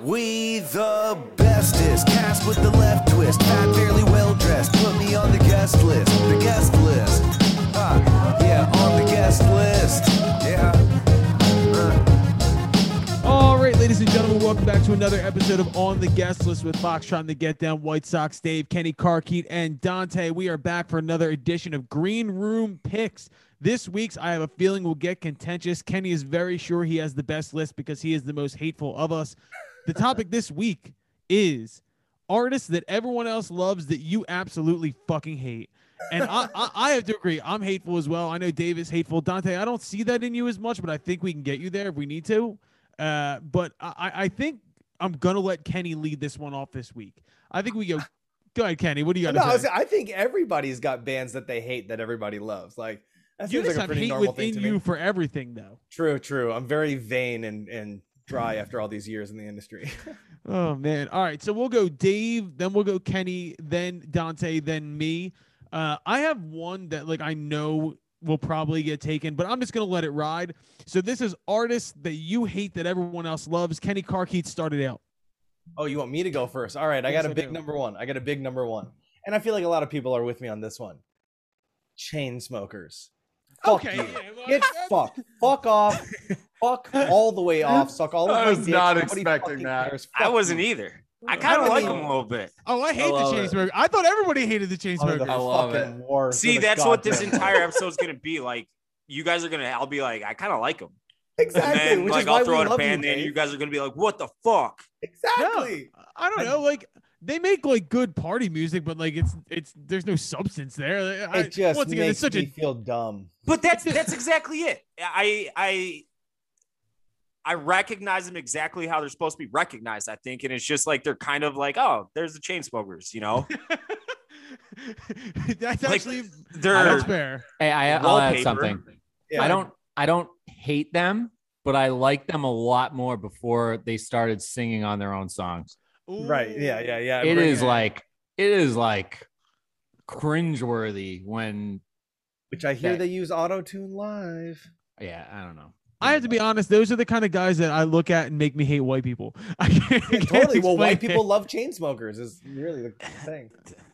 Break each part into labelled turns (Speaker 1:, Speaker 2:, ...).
Speaker 1: We the bestest, cast with the left twist, fat, fairly well dressed. Put me on the guest list, the guest list. Uh, yeah, on the guest list. Yeah.
Speaker 2: All right, ladies and gentlemen, welcome back to another episode of On the Guest List with Fox trying to get down White Sox Dave, Kenny Carkeet, and Dante. We are back for another edition of Green Room Picks. This week's, I have a feeling, will get contentious. Kenny is very sure he has the best list because he is the most hateful of us. The topic this week is artists that everyone else loves that you absolutely fucking hate. And I, I, I have to agree, I'm hateful as well. I know Dave is hateful. Dante, I don't see that in you as much, but I think we can get you there if we need to. Uh, but I, I- I think I'm gonna let Kenny lead this one off this week. I think we go. Go ahead, Kenny. What do you got
Speaker 3: No, I,
Speaker 2: to
Speaker 3: was-
Speaker 2: say?
Speaker 3: I think everybody's got bands that they hate that everybody loves. Like that
Speaker 2: You
Speaker 3: seems
Speaker 2: just
Speaker 3: like a
Speaker 2: have
Speaker 3: pretty
Speaker 2: hate
Speaker 3: normal thing to
Speaker 2: within you
Speaker 3: me.
Speaker 2: for everything, though.
Speaker 3: True, true. I'm very vain and and dry after all these years in the industry.
Speaker 2: Oh man. All right. So we'll go Dave, then we'll go Kenny, then Dante, then me. Uh, I have one that like I know will probably get taken, but I'm just gonna let it ride. So this is artists that you hate that everyone else loves. Kenny Carkeet started out.
Speaker 3: Oh, you want me to go first? All right, I
Speaker 2: Yes,
Speaker 3: got a
Speaker 2: I
Speaker 3: big
Speaker 2: do.
Speaker 3: number one. I got a big number one, and I feel like a lot of people are with me on this one. Chain smokers. Fuck
Speaker 2: okay.
Speaker 3: you.
Speaker 2: yeah, well,
Speaker 3: Get
Speaker 2: that's-
Speaker 3: fucked. Fuck off. Fuck all the way off. Suck all of
Speaker 4: I
Speaker 3: my
Speaker 4: was
Speaker 3: dick.
Speaker 4: not
Speaker 3: Nobody
Speaker 4: expecting
Speaker 3: fucking
Speaker 4: that.
Speaker 3: cares.
Speaker 5: I
Speaker 3: Fuck
Speaker 5: wasn't
Speaker 3: you.
Speaker 5: either. I kind of like
Speaker 3: mean-
Speaker 5: him a little bit.
Speaker 2: Oh, I hate
Speaker 4: love
Speaker 2: the
Speaker 4: it.
Speaker 2: Chainsmoker. I thought everybody hated the
Speaker 3: Oh, they're
Speaker 2: Chainsmokers.
Speaker 3: the
Speaker 4: I love
Speaker 3: fucking
Speaker 4: it.
Speaker 3: worst. They're
Speaker 5: See,
Speaker 3: the
Speaker 5: that's what this
Speaker 3: goddamn
Speaker 5: entire episode is going to be like. You guys are going to, I'll be like, I kind of like him. And
Speaker 3: Exactly.
Speaker 5: then,
Speaker 3: which
Speaker 5: like,
Speaker 3: is why
Speaker 5: I'll throw
Speaker 3: we
Speaker 5: out a
Speaker 3: love you,
Speaker 5: band name.
Speaker 3: Dave.
Speaker 5: You guys are going to be like, what the fuck?
Speaker 3: Exactly.
Speaker 2: I don't know. Like they make like good party music, but like it's it's there's no substance there. Like, I,
Speaker 3: It just
Speaker 2: once again, it's
Speaker 3: makes
Speaker 2: such
Speaker 3: me
Speaker 2: a
Speaker 3: feel dumb.
Speaker 5: But that's that's exactly it. I I I recognize them exactly how they're supposed to be recognized. I think, and it's just like they're kind of like, oh, there's the chain smokers. You know,
Speaker 2: that's
Speaker 5: Like,
Speaker 2: actually
Speaker 5: they're
Speaker 2: that's fair.
Speaker 6: Hey, I, I'll
Speaker 5: wallpaper.
Speaker 6: add something.
Speaker 3: Yeah.
Speaker 6: I don't I don't hate them, but I liked them a lot more before they started singing on their own songs.
Speaker 3: Right. Yeah. Yeah. Yeah.
Speaker 6: It
Speaker 3: Bring
Speaker 6: is like it is like cringeworthy when
Speaker 3: Which I hear
Speaker 6: that-
Speaker 3: they use auto tune live.
Speaker 6: yeah, I don't know.
Speaker 2: I have to be honest; those are the kind of guys that I look at and make me hate white people. I can't,
Speaker 3: Yeah,
Speaker 2: can't
Speaker 3: totally. Well,
Speaker 2: explain
Speaker 3: white
Speaker 2: it.
Speaker 3: people love chain smokers. Is really the thing.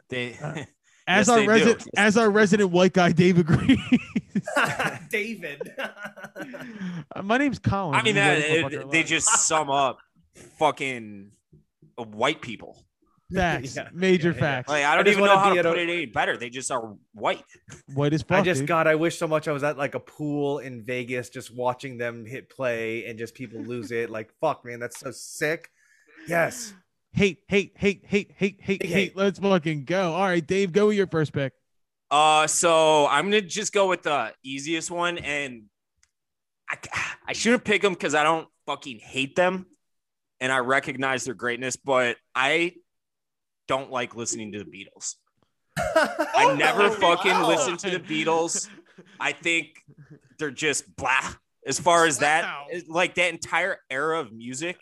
Speaker 5: they.
Speaker 3: Uh,
Speaker 2: as
Speaker 3: oh,
Speaker 5: yes,
Speaker 2: our
Speaker 5: they do.
Speaker 2: resident
Speaker 5: Yes.
Speaker 2: as our resident white guy, Dave agrees.
Speaker 3: David.
Speaker 2: Uh, My name's Colin.
Speaker 5: I mean,
Speaker 2: You
Speaker 5: that,
Speaker 2: white
Speaker 5: it-
Speaker 2: motherfucker
Speaker 5: they
Speaker 2: alive.
Speaker 5: just sum up fucking white people.
Speaker 2: facts,
Speaker 3: Yeah,
Speaker 2: major
Speaker 3: yeah, yeah.
Speaker 2: facts,
Speaker 5: Like
Speaker 3: I
Speaker 5: I don't
Speaker 3: just
Speaker 5: even
Speaker 3: wanna
Speaker 5: know
Speaker 3: be
Speaker 5: how to
Speaker 3: at a-
Speaker 5: put it any better. They just are white.
Speaker 2: white as fuck.
Speaker 3: I just
Speaker 2: dude.
Speaker 3: God, I wish so much I was at like a pool in Vegas, just watching them hit play and just people lose it. Like fuck, man, that's so sick. Yes.
Speaker 2: hate, hate, hate, hate, hate, hate,
Speaker 3: Big
Speaker 2: hate.
Speaker 3: hate.
Speaker 2: Let's fucking go. All right, Dave, go with your first pick.
Speaker 5: Uh, so I'm gonna just go with the easiest one, and I I shouldn't pick them because I don't fucking hate them, and I recognize their greatness, but I don't like listening to the Beatles. I never fucking
Speaker 2: wow.
Speaker 5: listened to the Beatles. I think they're just blah. As far as that,
Speaker 2: Wow.
Speaker 5: like that entire era of music,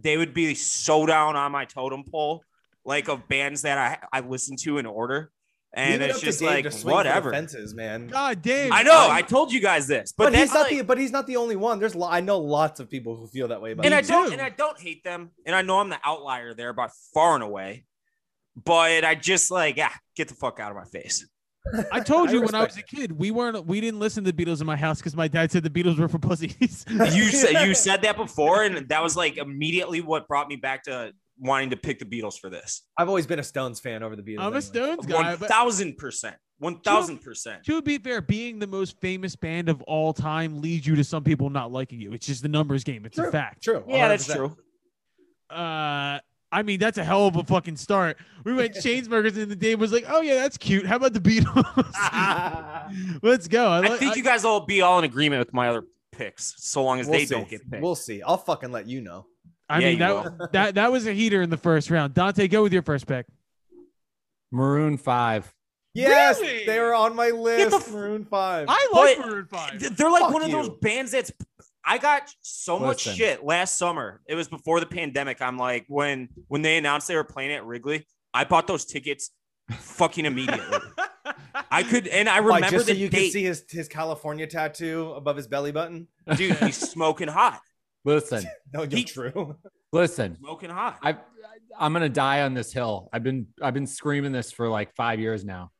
Speaker 5: they would be so down on my totem pole, like of bands that I I listen to in order,
Speaker 3: Leave
Speaker 5: and
Speaker 3: it
Speaker 5: it's
Speaker 3: up to
Speaker 5: just
Speaker 3: Dave
Speaker 5: like
Speaker 3: to swing for the
Speaker 5: whatever.
Speaker 3: Fences, man.
Speaker 2: God damn.
Speaker 5: I know. I told you guys this, but,
Speaker 3: but
Speaker 5: that's
Speaker 3: he's not
Speaker 5: like-
Speaker 3: the but he's not the only one. There's lo- I know lots of people who feel that way about
Speaker 5: and
Speaker 3: it.
Speaker 5: I
Speaker 2: you
Speaker 5: don't
Speaker 2: do.
Speaker 5: and I don't hate them, and I know I'm the outlier there by far and away, but I just like yeah, get the fuck out of my face.
Speaker 2: I told
Speaker 3: I
Speaker 2: you when I was a
Speaker 3: respect
Speaker 2: kid, we weren't we didn't listen to the Beatles in my house because my dad said the Beatles were for pussies.
Speaker 5: You said you said that before, and that was like immediately what brought me back to wanting to pick the Beatles for this.
Speaker 3: I've always been a Stones fan over the Beatles.
Speaker 2: I'm a
Speaker 3: anyway.
Speaker 2: Stones guy,
Speaker 5: One
Speaker 2: but
Speaker 5: thousand percent. One thousand percent.
Speaker 2: to be fair, being the most famous band of all time leads you to some people not liking you. It's just the numbers game. It's a fact.
Speaker 3: True.
Speaker 5: Yeah, that's
Speaker 3: 100%.
Speaker 5: true.
Speaker 2: Uh I mean, that's a hell of a fucking start. We went Chainsmokers and the Dave was like, "Oh yeah, that's cute. How about the Beatles? Let's go." I,
Speaker 5: I
Speaker 2: like-
Speaker 5: think you guys will be all in agreement with my other picks, so long as
Speaker 3: We'll
Speaker 5: they
Speaker 3: see.
Speaker 5: don't get picked.
Speaker 3: We'll see. I'll fucking let you know.
Speaker 2: I
Speaker 5: Yeah,
Speaker 2: mean,
Speaker 5: you
Speaker 2: that, that that was a heater in the first round. Dante, go with your first pick.
Speaker 6: Maroon 5.
Speaker 3: Yes,
Speaker 2: Really?
Speaker 3: they were on my
Speaker 5: Get the
Speaker 3: list.
Speaker 5: f-
Speaker 3: Maroon Five.
Speaker 2: I
Speaker 5: like
Speaker 2: like
Speaker 5: But-
Speaker 2: Maroon Five.
Speaker 5: Th- They're like
Speaker 3: Fuck
Speaker 5: one of those
Speaker 3: you.
Speaker 5: bands that's. I got so much
Speaker 6: Listen.
Speaker 5: shit last summer. It was before the pandemic. I'm like, when when they announced they were playing at Wrigley, I bought those tickets, fucking immediately. I could, and I
Speaker 3: Why,
Speaker 5: remember
Speaker 3: just
Speaker 5: the
Speaker 3: so you
Speaker 5: date.
Speaker 3: can see his his California tattoo above his belly button.
Speaker 5: Dude, he's smoking hot.
Speaker 6: Listen,
Speaker 3: No, you're
Speaker 5: He-
Speaker 3: true.
Speaker 6: Listen,
Speaker 5: smoking hot.
Speaker 6: I I'm gonna die on this hill. I've been I've been screaming this for like five years now.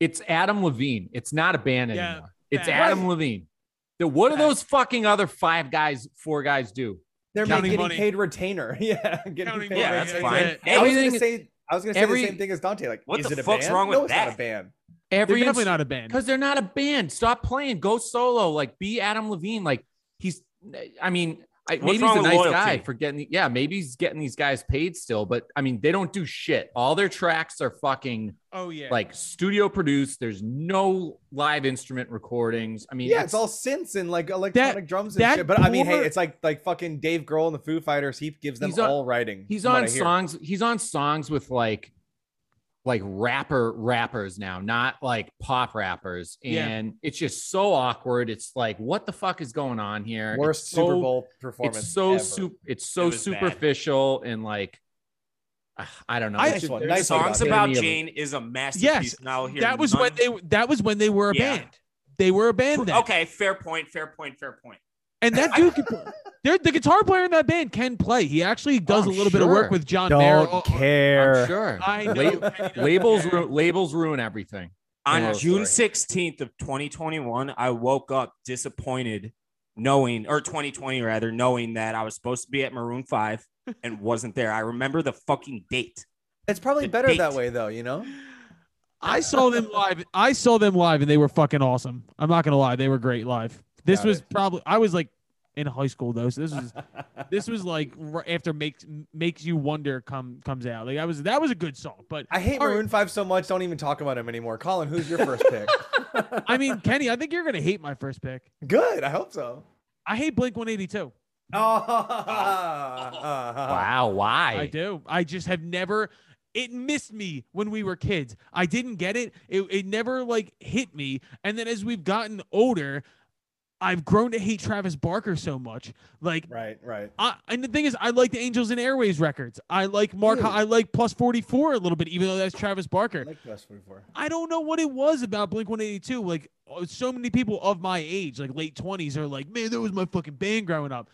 Speaker 6: It's Adam Levine. It's not a band
Speaker 2: Yeah,
Speaker 6: anymore. It's
Speaker 2: facts.
Speaker 6: Adam Levine. The, what do
Speaker 2: Facts.
Speaker 6: those fucking other five guys, four guys do?
Speaker 3: They're
Speaker 2: Counting
Speaker 3: getting
Speaker 2: money.
Speaker 3: paid retainer. Yeah, getting
Speaker 2: Counting
Speaker 3: paid
Speaker 2: money,
Speaker 5: yeah, that's
Speaker 2: yeah,
Speaker 5: fine.
Speaker 2: yeah.
Speaker 5: Hey,
Speaker 3: I was
Speaker 6: Everything-
Speaker 3: gonna say I was gonna say
Speaker 6: every-
Speaker 3: the same thing as Dante. Like,
Speaker 5: What
Speaker 3: is
Speaker 5: the
Speaker 3: it a
Speaker 5: fuck's
Speaker 3: band?
Speaker 5: wrong with
Speaker 3: no, it's
Speaker 5: that?
Speaker 3: not a band.
Speaker 2: They're
Speaker 6: Every
Speaker 2: definitely
Speaker 6: inst-
Speaker 2: not a band.
Speaker 6: because they're not a band. Stop playing. Go solo. Like be Adam Levine. Like he's. I mean, I,
Speaker 5: What's
Speaker 6: maybe he's
Speaker 5: wrong
Speaker 6: a
Speaker 5: with
Speaker 6: nice
Speaker 5: loyalty?
Speaker 6: guy for getting. the- Yeah, maybe he's getting these guys paid still. But I mean, they don't do shit. All their tracks are fucking
Speaker 2: Oh yeah.
Speaker 6: like studio produced. There's no live instrument recordings. I mean,
Speaker 3: Yeah, it's, all synths and like electronic drums and
Speaker 2: that
Speaker 3: shit. But I mean, hey,
Speaker 2: poor-
Speaker 3: it's like like fucking Dave Grohl and the Foo Fighters. He gives them
Speaker 6: He's on-
Speaker 3: all writing.
Speaker 6: he's
Speaker 3: from what
Speaker 6: on
Speaker 3: I hear.
Speaker 6: songs. He's on songs with like like rapper rappers now, not like pop rappers.
Speaker 2: Yeah.
Speaker 6: And it's just so awkward. It's like, what the fuck is going on here?
Speaker 3: Worst
Speaker 6: It's
Speaker 3: Super
Speaker 6: so-
Speaker 3: Bowl performance.
Speaker 6: It's so
Speaker 3: ever.
Speaker 6: super. It's
Speaker 5: It
Speaker 6: so
Speaker 5: was bad.
Speaker 6: superficial and like ah, I don't know.
Speaker 2: I-
Speaker 6: It's
Speaker 3: Nice
Speaker 6: just-
Speaker 3: one,
Speaker 6: there's
Speaker 3: nice
Speaker 6: just
Speaker 3: one,
Speaker 5: Songs
Speaker 3: Dante.
Speaker 5: about
Speaker 6: epitome of-
Speaker 5: Jane is a masterpiece.
Speaker 2: Yes,
Speaker 5: now here
Speaker 2: that was when they that was when they were a
Speaker 5: Yeah.
Speaker 2: band. They were a band then.
Speaker 5: Okay, fair point. Fair point. Fair point.
Speaker 2: And that dude can play. They're- the guitar player in that band can play. He actually does a
Speaker 6: I'm
Speaker 2: little bit of work
Speaker 6: sure.
Speaker 2: with John Mayer.
Speaker 3: Don't
Speaker 6: I'm
Speaker 3: care.
Speaker 6: sure.
Speaker 2: I know.
Speaker 6: Lab-
Speaker 2: I know.
Speaker 6: labels
Speaker 2: Yeah.
Speaker 6: ru- labels ruin everything.
Speaker 5: On
Speaker 6: Oh,
Speaker 5: June sixteenth of twenty twenty one, I woke up disappointed, knowing or twenty twenty rather, knowing that I was supposed to be at Maroon Five and wasn't there. I remember the fucking date.
Speaker 3: It's probably
Speaker 5: The
Speaker 3: better
Speaker 5: date.
Speaker 3: that way though. You know.
Speaker 2: I saw them live. I saw them live, and they were fucking awesome. I'm not gonna lie, they were great live. This
Speaker 3: Got
Speaker 2: was
Speaker 3: it.
Speaker 2: probably I was like in high school though, so this was this was like right after makes makes you wonder come comes out. Like I was that was a good song, but
Speaker 3: I hate
Speaker 2: All right.
Speaker 3: Maroon Five so much. Don't even talk about him anymore. Colin, who's your first pick?
Speaker 2: I mean Kenny, I think you're gonna hate my first pick.
Speaker 3: Good. I hope so.
Speaker 2: I hate Blink 182.
Speaker 3: Oh, Uh,
Speaker 6: Wow, why?
Speaker 2: I do. I just have never. It missed me when we were kids. I didn't get it. It it never like hit me. And then as we've gotten older, I've grown to hate Travis Barker so much. Like
Speaker 3: Right, right.
Speaker 2: I, and the thing is, I like the Angels and Airways records. I like Mark.
Speaker 3: Dude.
Speaker 2: I like Plus Forty Four a little bit, even though that's Travis
Speaker 3: I
Speaker 2: Barker.
Speaker 3: like the best before.
Speaker 2: I don't know what it was about Blink One Eighty Two. Like oh, so many people of my age, like late twenties, are like, man, that was my fucking band growing up.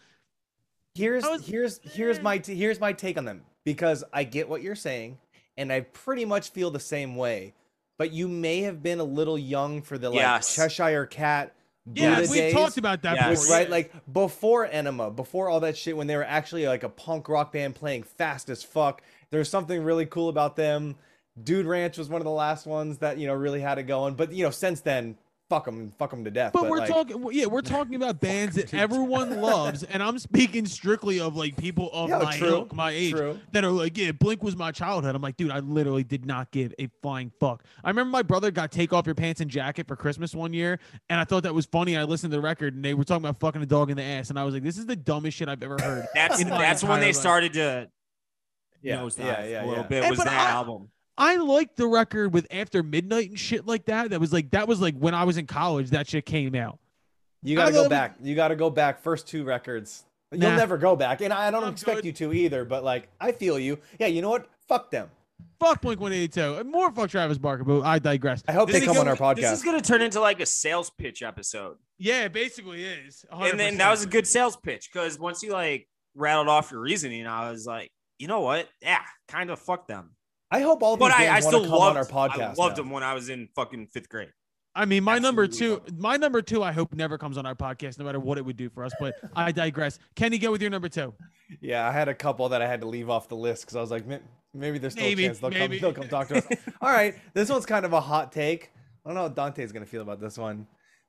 Speaker 3: Here's
Speaker 2: I was-
Speaker 3: here's here's my t- here's my take on them because I get what you're saying and I pretty much feel the same way. But you may have been a little young for the like
Speaker 5: Yes.
Speaker 3: Cheshire Cat. Buddha
Speaker 2: Yeah, we
Speaker 3: days.
Speaker 2: talked about that.
Speaker 5: Yes.
Speaker 3: Which,
Speaker 2: Before.
Speaker 3: right, like before Enema, before all that shit, when they were actually like a punk rock band playing fast as fuck, there's something really cool about them. Dude Ranch was one of the last ones that you know really had it going, but you know since then, fuck them, fuck them to death.
Speaker 2: But we're
Speaker 3: like,
Speaker 2: talking, yeah, we're talking about bands that
Speaker 6: dude.
Speaker 2: everyone loves, and I'm speaking strictly of like people of
Speaker 3: Yeah,
Speaker 2: my
Speaker 3: true,
Speaker 2: ilk, my age,
Speaker 3: true.
Speaker 2: that are like, yeah, Blink was my childhood. I'm like, dude, I literally did not give a flying fuck. I remember my brother got take off your pants and jacket for Christmas one year, and I thought that was funny. I listened to the record, and they were talking about fucking a dog in the ass, and I was like, this is the dumbest shit I've ever heard.
Speaker 5: That's
Speaker 2: In my
Speaker 5: that's when
Speaker 2: entire
Speaker 5: they
Speaker 2: life.
Speaker 5: started to
Speaker 3: yeah,
Speaker 5: nosedive
Speaker 3: yeah, yeah,
Speaker 5: a little
Speaker 3: yeah.
Speaker 5: bit.
Speaker 2: And
Speaker 5: Was
Speaker 2: but
Speaker 5: that
Speaker 2: I-
Speaker 5: album?
Speaker 2: I liked the record with After Midnight and shit like that. That was like that was like when I was in college. That shit came out.
Speaker 3: You
Speaker 2: I
Speaker 3: gotta go
Speaker 2: love-
Speaker 3: back. You gotta go back. First two records, you'll
Speaker 2: Nah.
Speaker 3: never go back, and I I don't
Speaker 2: I'm
Speaker 3: expect
Speaker 2: good.
Speaker 3: you to either. But like, I feel you. Yeah, you know what? Fuck them.
Speaker 2: Fuck Blink 182, and more fuck Travis Barker. But I digress.
Speaker 3: I hope
Speaker 5: This
Speaker 3: they
Speaker 5: is
Speaker 3: come on our
Speaker 5: gonna- This
Speaker 3: podcast.
Speaker 5: is going to turn into like a sales pitch episode.
Speaker 2: Yeah, it basically is.
Speaker 5: And then
Speaker 2: 100%.
Speaker 5: that was a good sales pitch because once you like rattled off your reasoning, I was like, you know what? Yeah, kind of fuck them.
Speaker 3: I hope all these
Speaker 5: But
Speaker 3: bands
Speaker 5: I, I
Speaker 3: want
Speaker 5: still
Speaker 3: to come on
Speaker 5: loved,
Speaker 3: our podcast.
Speaker 5: I loved
Speaker 3: now.
Speaker 5: them when I was in fucking fifth grade.
Speaker 2: I mean, my number two,
Speaker 5: Absolutely
Speaker 2: my number two, I hope never comes on our podcast, no matter what it would do for us. But I digress. Kenny, go with your number two.
Speaker 3: Yeah, I had a couple that I had to leave off the list because I was like, "Ma- maybe there's still
Speaker 2: Maybe,
Speaker 3: a chance they'll
Speaker 2: maybe.
Speaker 3: come. They'll come talk to us. All right, this one's kind of a hot take. I don't know how Dante's gonna feel about this one.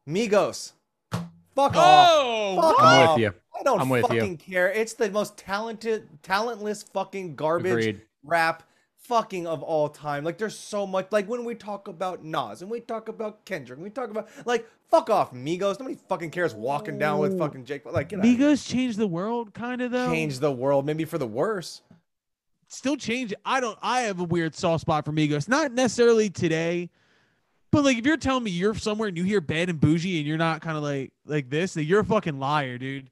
Speaker 3: Migos, fuck off.
Speaker 2: Oh,
Speaker 3: Fuck
Speaker 6: I'm
Speaker 3: off.
Speaker 6: with you.
Speaker 3: I don't
Speaker 6: I'm with you.
Speaker 3: fucking care. It's the most talented, talentless fucking garbage
Speaker 6: Agreed.
Speaker 3: rap fucking of all time. Like there's so much. Like when we talk about Nas and we talk about Kendrick, and we talk about like fuck off Migos. Nobody fucking cares walking down with
Speaker 2: Oh.
Speaker 3: fucking Jake. Paul. Like get outta here.
Speaker 2: Migos changed the world, kind of though.
Speaker 3: Change the world, maybe for the worse.
Speaker 2: Still change. I don't. I have a weird soft spot for Migos. Not necessarily today, but like if you're telling me you're somewhere and you hear bad and bougie and you're not kind of like like this, then you're a fucking liar, dude.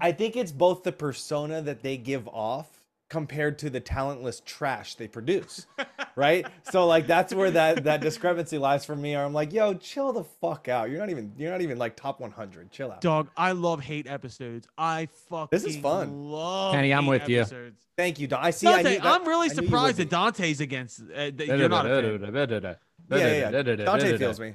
Speaker 3: I think it's both the persona that they give off compared to the talentless trash they produce, right? So like that's where that that discrepancy lies for me. Or I'm like, yo, chill the fuck out. You're not even you're not even like top 100. Chill out.
Speaker 2: Dog, I love hate episodes. I fucking
Speaker 3: fun.
Speaker 2: Love
Speaker 6: Kenny, I'm
Speaker 2: hate
Speaker 6: with you.
Speaker 2: episodes.
Speaker 3: Thank you. Don. I see. I
Speaker 2: Dante,
Speaker 3: knew that-
Speaker 2: I'm really
Speaker 3: I knew you would
Speaker 2: surprised
Speaker 3: be.
Speaker 2: that Dante's against. Uh, that you're not a fan.
Speaker 3: Yeah, yeah, yeah. Dante feels me.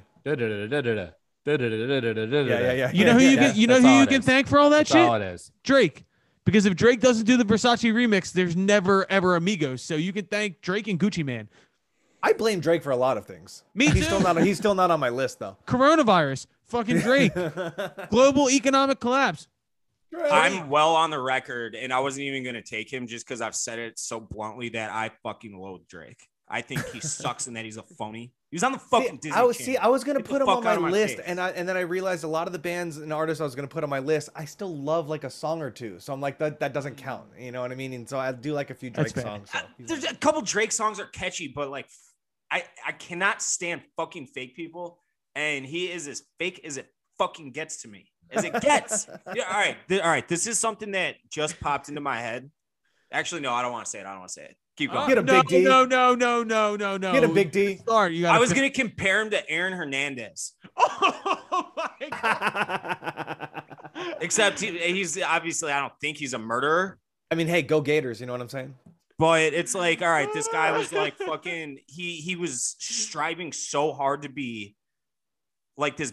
Speaker 3: Yeah, yeah, yeah.
Speaker 2: You know who you
Speaker 6: Yeah,
Speaker 2: can. You know
Speaker 6: that's
Speaker 2: who
Speaker 6: all
Speaker 2: you
Speaker 6: it
Speaker 2: can
Speaker 6: is.
Speaker 2: thank for all that
Speaker 6: That's all
Speaker 2: shit.
Speaker 6: it is.
Speaker 2: Drake, because if Drake doesn't do the Versace remix, there's never ever Amigos. So you can thank Drake and Gucci Man.
Speaker 3: I blame Drake for a lot of things.
Speaker 2: Me
Speaker 3: He's still
Speaker 2: too.
Speaker 3: not. He's still not on my list though.
Speaker 2: Coronavirus, fucking Drake. Global economic collapse.
Speaker 5: I'm well on the record, and I wasn't even going to take him just because I've said it so bluntly that I fucking loathe Drake. I think he sucks and that he's a phony. He was on the fucking
Speaker 3: See,
Speaker 5: Disney.
Speaker 3: I was
Speaker 5: Channel.
Speaker 3: see. I was gonna
Speaker 5: Get the
Speaker 3: put him
Speaker 5: fuck
Speaker 3: on
Speaker 5: out
Speaker 3: my,
Speaker 5: of my
Speaker 3: list,
Speaker 5: face.
Speaker 3: and I and then I realized a lot of the bands and artists I was gonna put on my list. I still love like a song or two, so I'm like that. That doesn't count. You know what I mean? And so I do like a few Drake
Speaker 2: That's fair.
Speaker 3: songs. So.
Speaker 5: I- Mm. Uh, there's a couple Drake songs are catchy, but like, I I cannot stand fucking fake people, and he is as fake as it fucking gets to me as it gets. yeah, all right, th- all right. This is something that just popped into my head. Actually, no, I don't want to say it. I don't want to say it. Keep going.
Speaker 2: Uh,
Speaker 3: Get him,
Speaker 2: no,
Speaker 3: Big D.
Speaker 2: no, no, no, no, no, no.
Speaker 3: Get a big D.
Speaker 2: Sorry, you got.
Speaker 5: I was gonna compare him to Aaron Hernandez,
Speaker 2: Oh my god.
Speaker 3: I
Speaker 5: except he, he's obviously I don't think he's a murderer,
Speaker 3: mean, hey, go Gators. You know what I'm saying?
Speaker 5: but it's like all right, this guy was like fucking he he was striving so hard to be like this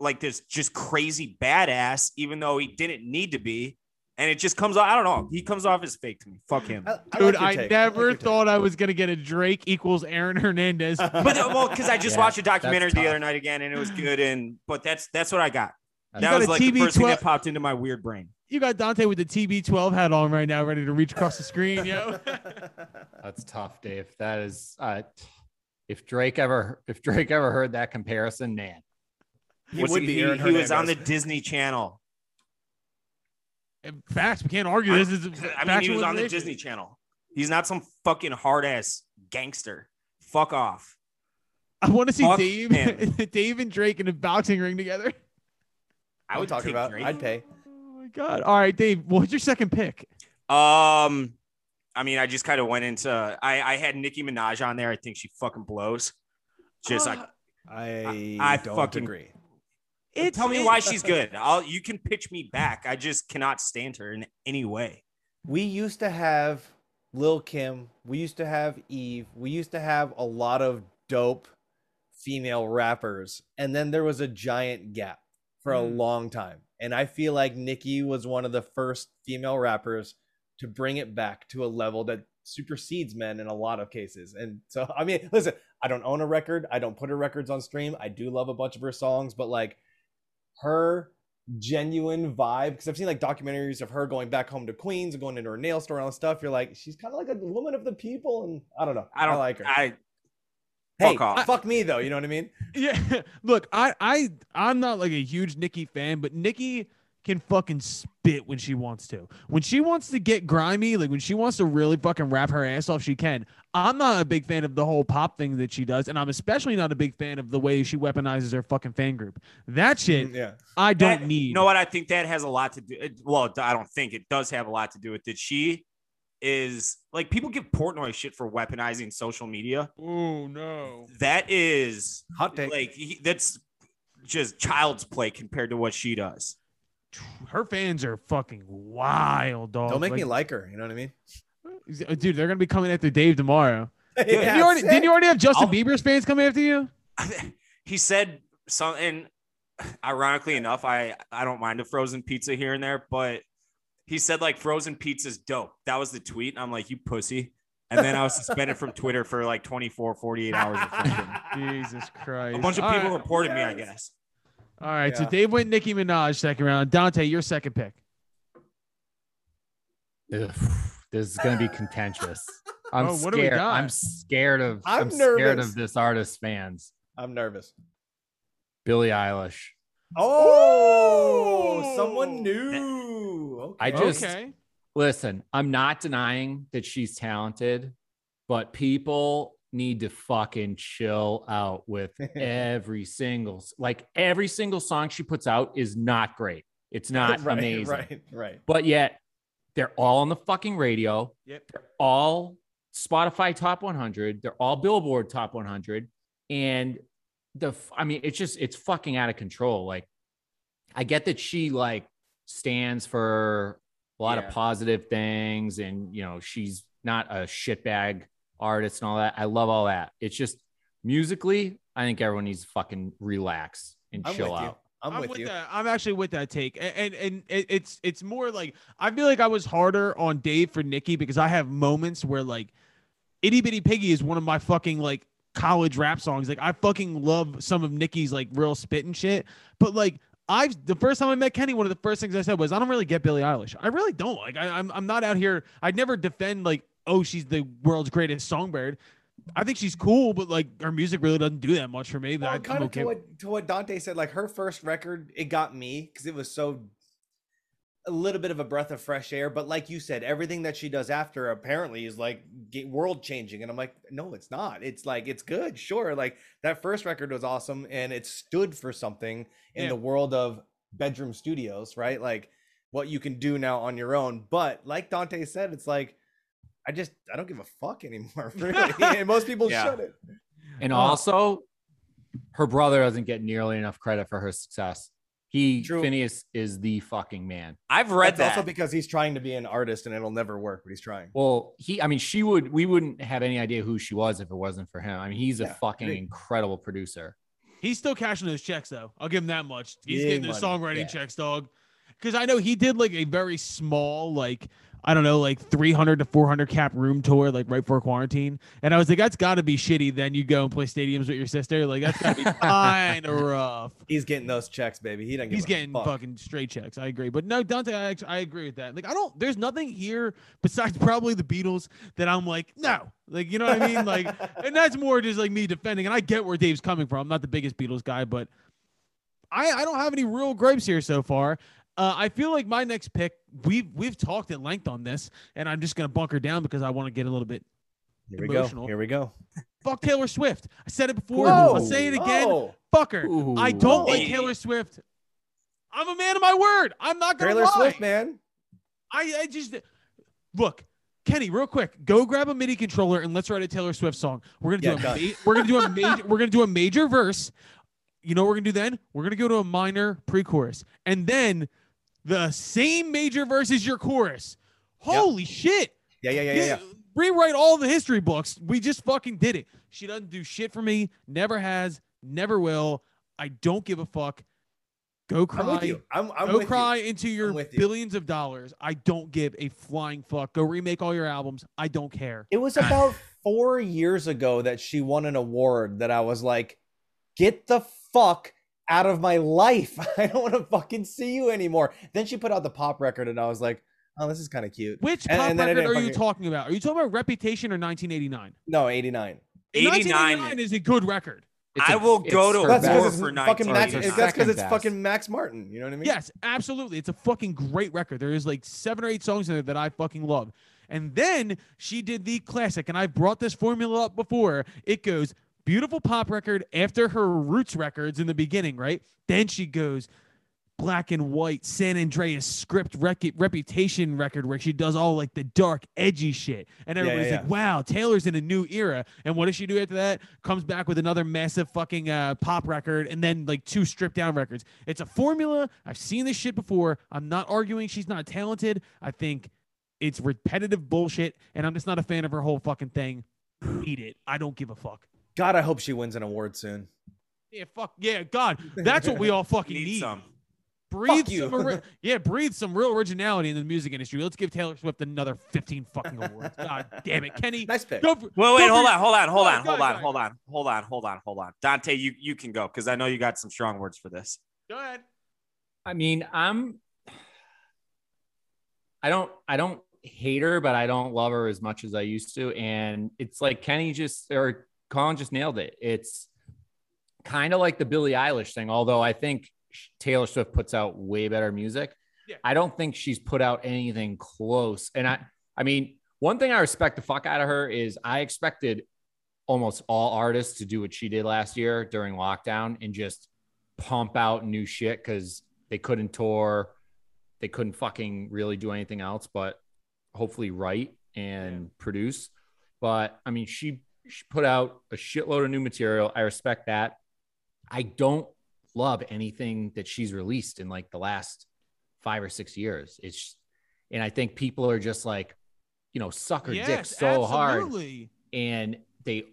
Speaker 5: like this just crazy badass, even though he didn't need to be, and it just comes off. I don't know. He comes off as fake to me. Fuck him.
Speaker 3: I, I
Speaker 2: Dude,
Speaker 3: like your
Speaker 2: I
Speaker 3: take.
Speaker 2: never
Speaker 3: like your take.
Speaker 2: thought I was gonna get a Drake equals Aaron Hernandez.
Speaker 5: But uh, well, because I just
Speaker 6: Yeah,
Speaker 5: watched a documentary the
Speaker 6: tough.
Speaker 5: other night again, and it was good. And but that's that's what I got.
Speaker 6: That's
Speaker 5: that
Speaker 2: got
Speaker 5: was
Speaker 2: a
Speaker 5: like the
Speaker 2: TB
Speaker 5: first thing
Speaker 2: twelve
Speaker 5: that popped into my weird brain.
Speaker 2: You got Dante with the TB12 hat on right now, ready to reach across the screen, yo.
Speaker 6: That's tough, Dave. That is uh if Drake ever if Drake ever heard that comparison, man.
Speaker 3: He
Speaker 5: What's
Speaker 3: would
Speaker 5: he-
Speaker 3: be
Speaker 5: he-
Speaker 3: Aaron
Speaker 5: he was on the
Speaker 3: Hernandez.
Speaker 5: Disney Channel.
Speaker 2: And Facts. We can't argue this. Is
Speaker 5: I mean, he was on the Disney Channel. He's not some fucking hard ass gangster. Fuck off.
Speaker 2: I want to see
Speaker 5: Fuck
Speaker 2: Dave,
Speaker 5: him.
Speaker 2: Dave and Drake in a boxing ring together.
Speaker 5: I
Speaker 3: I'm
Speaker 5: would
Speaker 3: talking
Speaker 5: take
Speaker 3: about.
Speaker 5: Drake.
Speaker 3: I'd pay.
Speaker 2: Oh my god! All right, Dave. What's your second pick?
Speaker 5: Um, I mean, I just kind of went into. I I had Nicki Minaj on there. I think she fucking blows. Just like
Speaker 3: I,
Speaker 5: I
Speaker 3: don't
Speaker 5: fucking-
Speaker 3: agree.
Speaker 2: It's,
Speaker 5: tell me
Speaker 2: it-
Speaker 5: why she's good. I'll you can pitch me back. I just cannot stand her in any way.
Speaker 3: we used to have Lil Kim, we used to have Eve, we used to have a lot of dope female rappers, and then there was a giant gap for a long time. And I feel like Nicki was one of the first female rappers to bring it back to a level that supersedes men in a lot of cases. And so, I mean, listen, I don't own a record, I don't put her records on stream. I do love a bunch of her songs, but like her genuine vibe because I've seen like documentaries of her going back home to Queens and going into her nail store and all that stuff. You're like, she's kind of like a woman of the people, and I don't know.
Speaker 5: I don't
Speaker 3: like her.
Speaker 5: I
Speaker 3: hey,
Speaker 5: fuck off.
Speaker 3: fuck me though. You know what I mean?
Speaker 2: Yeah. Look, I, I, I'm not like a huge Nikki fan, but Nikki can fucking spit when she wants to. When she wants to get grimy, like when she wants to really fucking rap her ass off, she can. I'm not a big fan of the whole pop thing that she does, and I'm especially not a big fan of the way she weaponizes her fucking fan group. That shit,
Speaker 3: Yeah.
Speaker 2: I don't
Speaker 5: Mm. that-
Speaker 2: need.
Speaker 5: You know what? I think that has a lot to do. it- Well, I don't think it does have a lot to do with it. She is like people give Portnoy shit for weaponizing social media.
Speaker 2: Oh no.
Speaker 5: That is
Speaker 3: Hot take.
Speaker 5: like he, that's just child's play compared to what she does.
Speaker 2: Her fans are fucking wild, dog.
Speaker 3: don't make me like her. You know what I mean?
Speaker 2: me, dude. They're gonna be coming after Dave tomorrow.
Speaker 3: Yeah,
Speaker 2: you already,
Speaker 3: sick.
Speaker 2: didn't you already have Justin
Speaker 5: I'll-
Speaker 2: Bieber's fans coming after you?
Speaker 5: he said something. Ironically enough, I I don't mind a frozen pizza here and there, but he said like frozen pizza's dope. That was the tweet. I'm like, you pussy. And then I was suspended from Twitter for like 24, 48 hours. Of freaking-
Speaker 2: Jesus Christ.
Speaker 5: a bunch of
Speaker 2: All
Speaker 5: people
Speaker 2: right.
Speaker 5: reported me, I
Speaker 3: Yes.
Speaker 5: guess.
Speaker 2: All right, so
Speaker 3: Yeah.
Speaker 2: Dave went Nicki Minaj second round. Dante, your second pick.
Speaker 6: Ugh, this is gonna be contentious. I'm
Speaker 2: Oh, what do we
Speaker 6: scared.
Speaker 2: got?
Speaker 6: I'm scared of
Speaker 3: I'm
Speaker 6: I'm, scared
Speaker 3: nervous.
Speaker 6: of this artist fans.
Speaker 3: I'm nervous.
Speaker 6: Billie Eilish.
Speaker 3: Oh, someone
Speaker 2: Ooh.
Speaker 3: new. Okay.
Speaker 6: I just-
Speaker 2: okay.
Speaker 6: Listen, I'm not denying that she's talented, but people need to fucking chill out with every single like every single song she puts out is not great. It's not
Speaker 3: right,
Speaker 6: amazing.
Speaker 3: Right. Right.
Speaker 6: But yet They're all on the fucking radio.
Speaker 2: Yep.
Speaker 6: They're all Spotify top 100. They're all Billboard top 100. And the, f- I mean, it's just, it's fucking out of control. Like, I get that she like stands for a lot
Speaker 5: Yeah.
Speaker 6: of positive things and, you know, she's not a shitbag artist and all that. I love all that. It's just musically, I think everyone needs to fucking relax and
Speaker 3: I'm
Speaker 6: chill
Speaker 3: with you.
Speaker 6: out.
Speaker 3: I'm, with, you.
Speaker 2: that. I'm actually with that take, and and, and it, it's it's more like I feel like I was harder on Dave for Nikki because I have moments where like "Itty Bitty Piggy" is one of my fucking like college rap songs. Like I fucking love some of Nikki's like real spit and shit, but like. I've the first time I met Kenny, one of the first things I said was, "I don't really get Billie Eilish. I really don't. Like, I, I'm I'm not out here. I'd never defend like, oh, she's the world's greatest songbird. I think she's cool, but like, her music really doesn't do that much for me. That
Speaker 3: Well,
Speaker 2: I,
Speaker 3: kind
Speaker 2: am
Speaker 3: of
Speaker 2: okay.
Speaker 3: to,
Speaker 2: with.
Speaker 3: what, to what Dante said, like her first record, it got me because it was so a little bit of a breath of fresh air. But like you said, everything that she does after apparently is like world changing. And I'm like, no, it's not. It's like, it's good. Sure. Like that first record was awesome and it stood for something in
Speaker 2: Yeah.
Speaker 3: the world of bedroom studios, right? Like what you can do now on your own. But like Dante said, it's like, I just I don't give a fuck anymore, really. and most people
Speaker 5: Yeah.
Speaker 3: shouldn't.
Speaker 6: And
Speaker 2: Oh.
Speaker 6: also, her brother doesn't get nearly enough credit for her success. He
Speaker 3: True.
Speaker 6: Phineas is the fucking man.
Speaker 5: I've read
Speaker 3: That's
Speaker 5: that.
Speaker 3: also because he's trying to be an artist and it'll never work, but he's trying.
Speaker 6: Well, he I mean she would we wouldn't have any idea who she was if it wasn't for him. I mean he's a
Speaker 3: Yeah,
Speaker 6: fucking
Speaker 3: agreed.
Speaker 6: incredible producer.
Speaker 2: He's still cashing those checks though. I'll give him that much. He's getting
Speaker 3: Big
Speaker 2: those
Speaker 3: money,
Speaker 2: songwriting
Speaker 6: yeah.
Speaker 2: checks, dog. Because I know he did like a very small, like I don't know, like 300 to 400 cap room tour, like right before quarantine. And I was like, that's got to be shitty. Then you go and play stadiums with your sister. Like that's got to be kind of rough.
Speaker 3: He's getting those checks, baby. He doesn't. Give
Speaker 2: He's
Speaker 3: a
Speaker 2: getting
Speaker 3: fuck.
Speaker 2: fucking straight checks. I agree. But no, Dante, I, act- I agree with that. Like, I don't, there's nothing here besides probably the Beatles that I'm like, no. Like, you know what I mean? Like, and that's more just like me defending. And I get where Dave's coming from. I'm not the biggest Beatles guy, but I, I don't have any real gripes here so far. Uh, I feel like my next pick, we've we've talked at length on this, and I'm just gonna bunker down because I want to get a little bit.
Speaker 3: Here we go.
Speaker 2: emotional.
Speaker 3: Here we go.
Speaker 2: Fuck Taylor Swift. I said it before.
Speaker 6: Whoa.
Speaker 2: I'll say it again.
Speaker 3: Whoa.
Speaker 2: Fuck her. I don't
Speaker 5: Ooh.
Speaker 2: like Taylor Swift. I'm a man of my word. I'm not gonna
Speaker 3: Taylor
Speaker 2: lie.
Speaker 3: Swift, man.
Speaker 2: I, I just look, Kenny, real quick, go grab a MIDI controller and let's write a Taylor Swift song. We're gonna do
Speaker 3: Yeah,
Speaker 2: a ma- we're gonna do a major we're gonna do a major verse. You know what we're gonna do then? We're gonna go to a minor pre-chorus, and then the same major verse is your chorus. Holy shit!
Speaker 3: Yeah, yeah, yeah, yeah. yeah.
Speaker 2: Rewrite all the history books. We just fucking did it. She doesn't do shit for me. Never has. Never will. I don't give a fuck. Go cry.
Speaker 3: I'm with you. I'm, I'm
Speaker 2: Go
Speaker 3: with
Speaker 2: cry
Speaker 3: you.
Speaker 2: into your
Speaker 3: I'm with you.
Speaker 2: billions of dollars. I don't give a flying fuck. Go remake all your albums. I don't care.
Speaker 3: It was about four years ago that she won an award that I was like, get the fuck out of my life. I don't want to fucking see you anymore. Then she put out the pop record, and I was like, oh, this is kind of cute.
Speaker 2: Which
Speaker 3: And-
Speaker 2: pop
Speaker 3: and then I
Speaker 2: record
Speaker 3: didn't
Speaker 2: are you
Speaker 3: fucking-
Speaker 2: talking about? Are you talking about Reputation or 1989?
Speaker 3: No, 89.
Speaker 5: 89.
Speaker 2: 1989 is a good record.
Speaker 5: I will go
Speaker 6: it's
Speaker 5: to
Speaker 6: her
Speaker 5: Well,
Speaker 3: That's
Speaker 5: Four
Speaker 3: because
Speaker 6: best.
Speaker 3: it's
Speaker 5: for
Speaker 3: fucking
Speaker 5: 19.
Speaker 3: Max. That's
Speaker 6: Or it's
Speaker 3: because
Speaker 6: second
Speaker 3: it's
Speaker 6: best.
Speaker 3: fucking Max Martin. You know what I mean?
Speaker 2: Yes, absolutely. It's a fucking great record. There is like seven or eight songs in there that I fucking love. And then she did the classic, and I've brought this formula up before. It goes beautiful pop record after her roots records in the beginning, right? Then she goes black and white San Andreas script rec- reputation record where she does all like the dark, edgy shit. And
Speaker 3: Yeah, yeah,
Speaker 2: everybody's
Speaker 3: yeah.
Speaker 2: like, wow, Taylor's in a new era. And what does she do after that? Comes back with another massive fucking uh, pop record and then like two stripped down records. It's a formula. I've seen this shit before. I'm not arguing she's not talented. I think it's repetitive bullshit. And I'm just not a fan of her whole fucking thing. Eat it. I don't give a fuck.
Speaker 3: God, I hope she wins an award soon.
Speaker 2: Yeah, fuck. Yeah, God. That's what we all fucking
Speaker 5: Need
Speaker 2: need
Speaker 5: some.
Speaker 2: breathe
Speaker 3: Fuck you.
Speaker 2: some ori- yeah breathe some real originality in the music industry let's give taylor swift another 15 fucking awards god damn it kenny
Speaker 3: Nice pick.
Speaker 2: go for-
Speaker 5: Well, wait,
Speaker 2: Don't
Speaker 5: hold
Speaker 2: be-
Speaker 5: on, hold on, hold
Speaker 2: Go,
Speaker 5: on,
Speaker 2: go,
Speaker 5: hold
Speaker 2: go.
Speaker 5: on, hold on, hold on, hold on, hold on. Dante, you you can go because I know you got some strong words for this.
Speaker 2: go ahead
Speaker 6: I mean, I'm I don't I don't hate her, but I don't love her as much as I used to. And it's like Kenny just or Colin just nailed it. It's kind of like the Billie Eilish thing, although I think Taylor Swift puts out way better music.
Speaker 2: Yeah.
Speaker 6: I don't think she's put out anything close. And I I mean, one thing I respect the fuck out of her is I expected almost all artists to do what she did last year during lockdown and just pump out new shit because they couldn't tour, they couldn't fucking really do anything else. But hopefully write and produce. But I mean, she she put out a shitload of new material. I respect that. I don't love anything that she's released in like the last five or six years. It's and I think people are just like, you know, suck her dick so hard
Speaker 2: absolutely.
Speaker 6: and they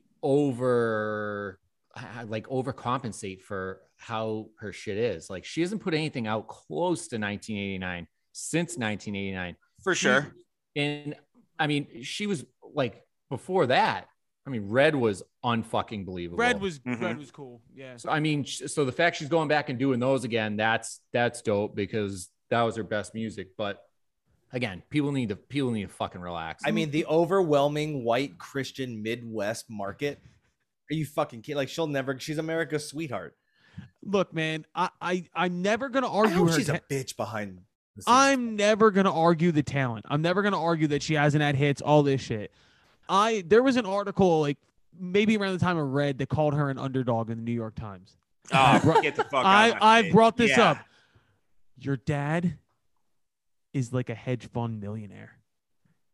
Speaker 6: over I- I- like overcompensate for how her shit is. Like she hasn't put anything out close to 1989 since 1989.
Speaker 5: for sure.
Speaker 6: And I mean, she was like before that. I mean, Red was unfucking believable.
Speaker 2: Red was
Speaker 5: Mhm.
Speaker 2: red was cool. Yeah.
Speaker 6: So I mean, sh- so the fact she's going back and doing those again, that's that's dope because that was her best music. But again, people need to people need to fucking relax.
Speaker 3: I mean, the overwhelming white Christian Midwest market. Are you fucking kidding? Like, she'll never. She's America's sweetheart.
Speaker 2: Look, man, I, I I'm never gonna
Speaker 3: I
Speaker 2: argue
Speaker 3: hope
Speaker 2: her.
Speaker 3: she's a
Speaker 2: ta-
Speaker 3: bitch behind. The scenes.
Speaker 2: I'm never gonna argue the talent. I'm never gonna argue that she hasn't had hits. All this shit. I there was an article like maybe around the time of Red that called her an underdog in the New York Times.
Speaker 5: Oh, get the fuck out
Speaker 2: I
Speaker 5: of my
Speaker 2: I
Speaker 5: face.
Speaker 2: brought this
Speaker 5: Yeah.
Speaker 2: up. Your dad is like a hedge fund millionaire.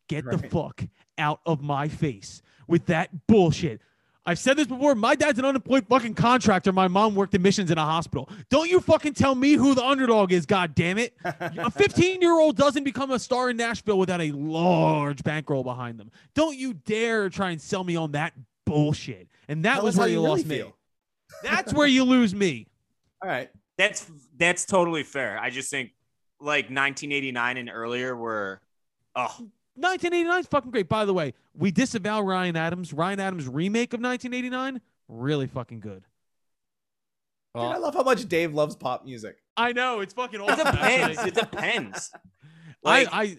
Speaker 2: Get the
Speaker 3: Right.
Speaker 2: fuck out of my face with that bullshit. I've said this before. My dad's an unemployed fucking contractor. My mom worked admissions in a hospital. Don't you fucking tell me who the underdog is, god damn it. A 15 year old doesn't become a star in Nashville without a large bankroll behind them. Don't you dare try and sell me on that bullshit. And that
Speaker 3: Tell
Speaker 2: was
Speaker 3: us how
Speaker 2: where you,
Speaker 3: really
Speaker 2: lost me.
Speaker 3: feel.
Speaker 2: That's where you lose me.
Speaker 3: All right.
Speaker 5: That's that's totally fair. I just think like 1989 and earlier were oh
Speaker 2: 1989 is fucking great. By the way, we disavow Ryan Adams. Ryan Adams' remake of 1989, really fucking good.
Speaker 3: Dude, I
Speaker 6: Well,
Speaker 3: love how much Dave loves pop music.
Speaker 2: I know it's fucking
Speaker 5: it
Speaker 2: awesome.
Speaker 5: depends.
Speaker 2: actually.
Speaker 5: it depends.
Speaker 2: I,
Speaker 5: Like
Speaker 2: I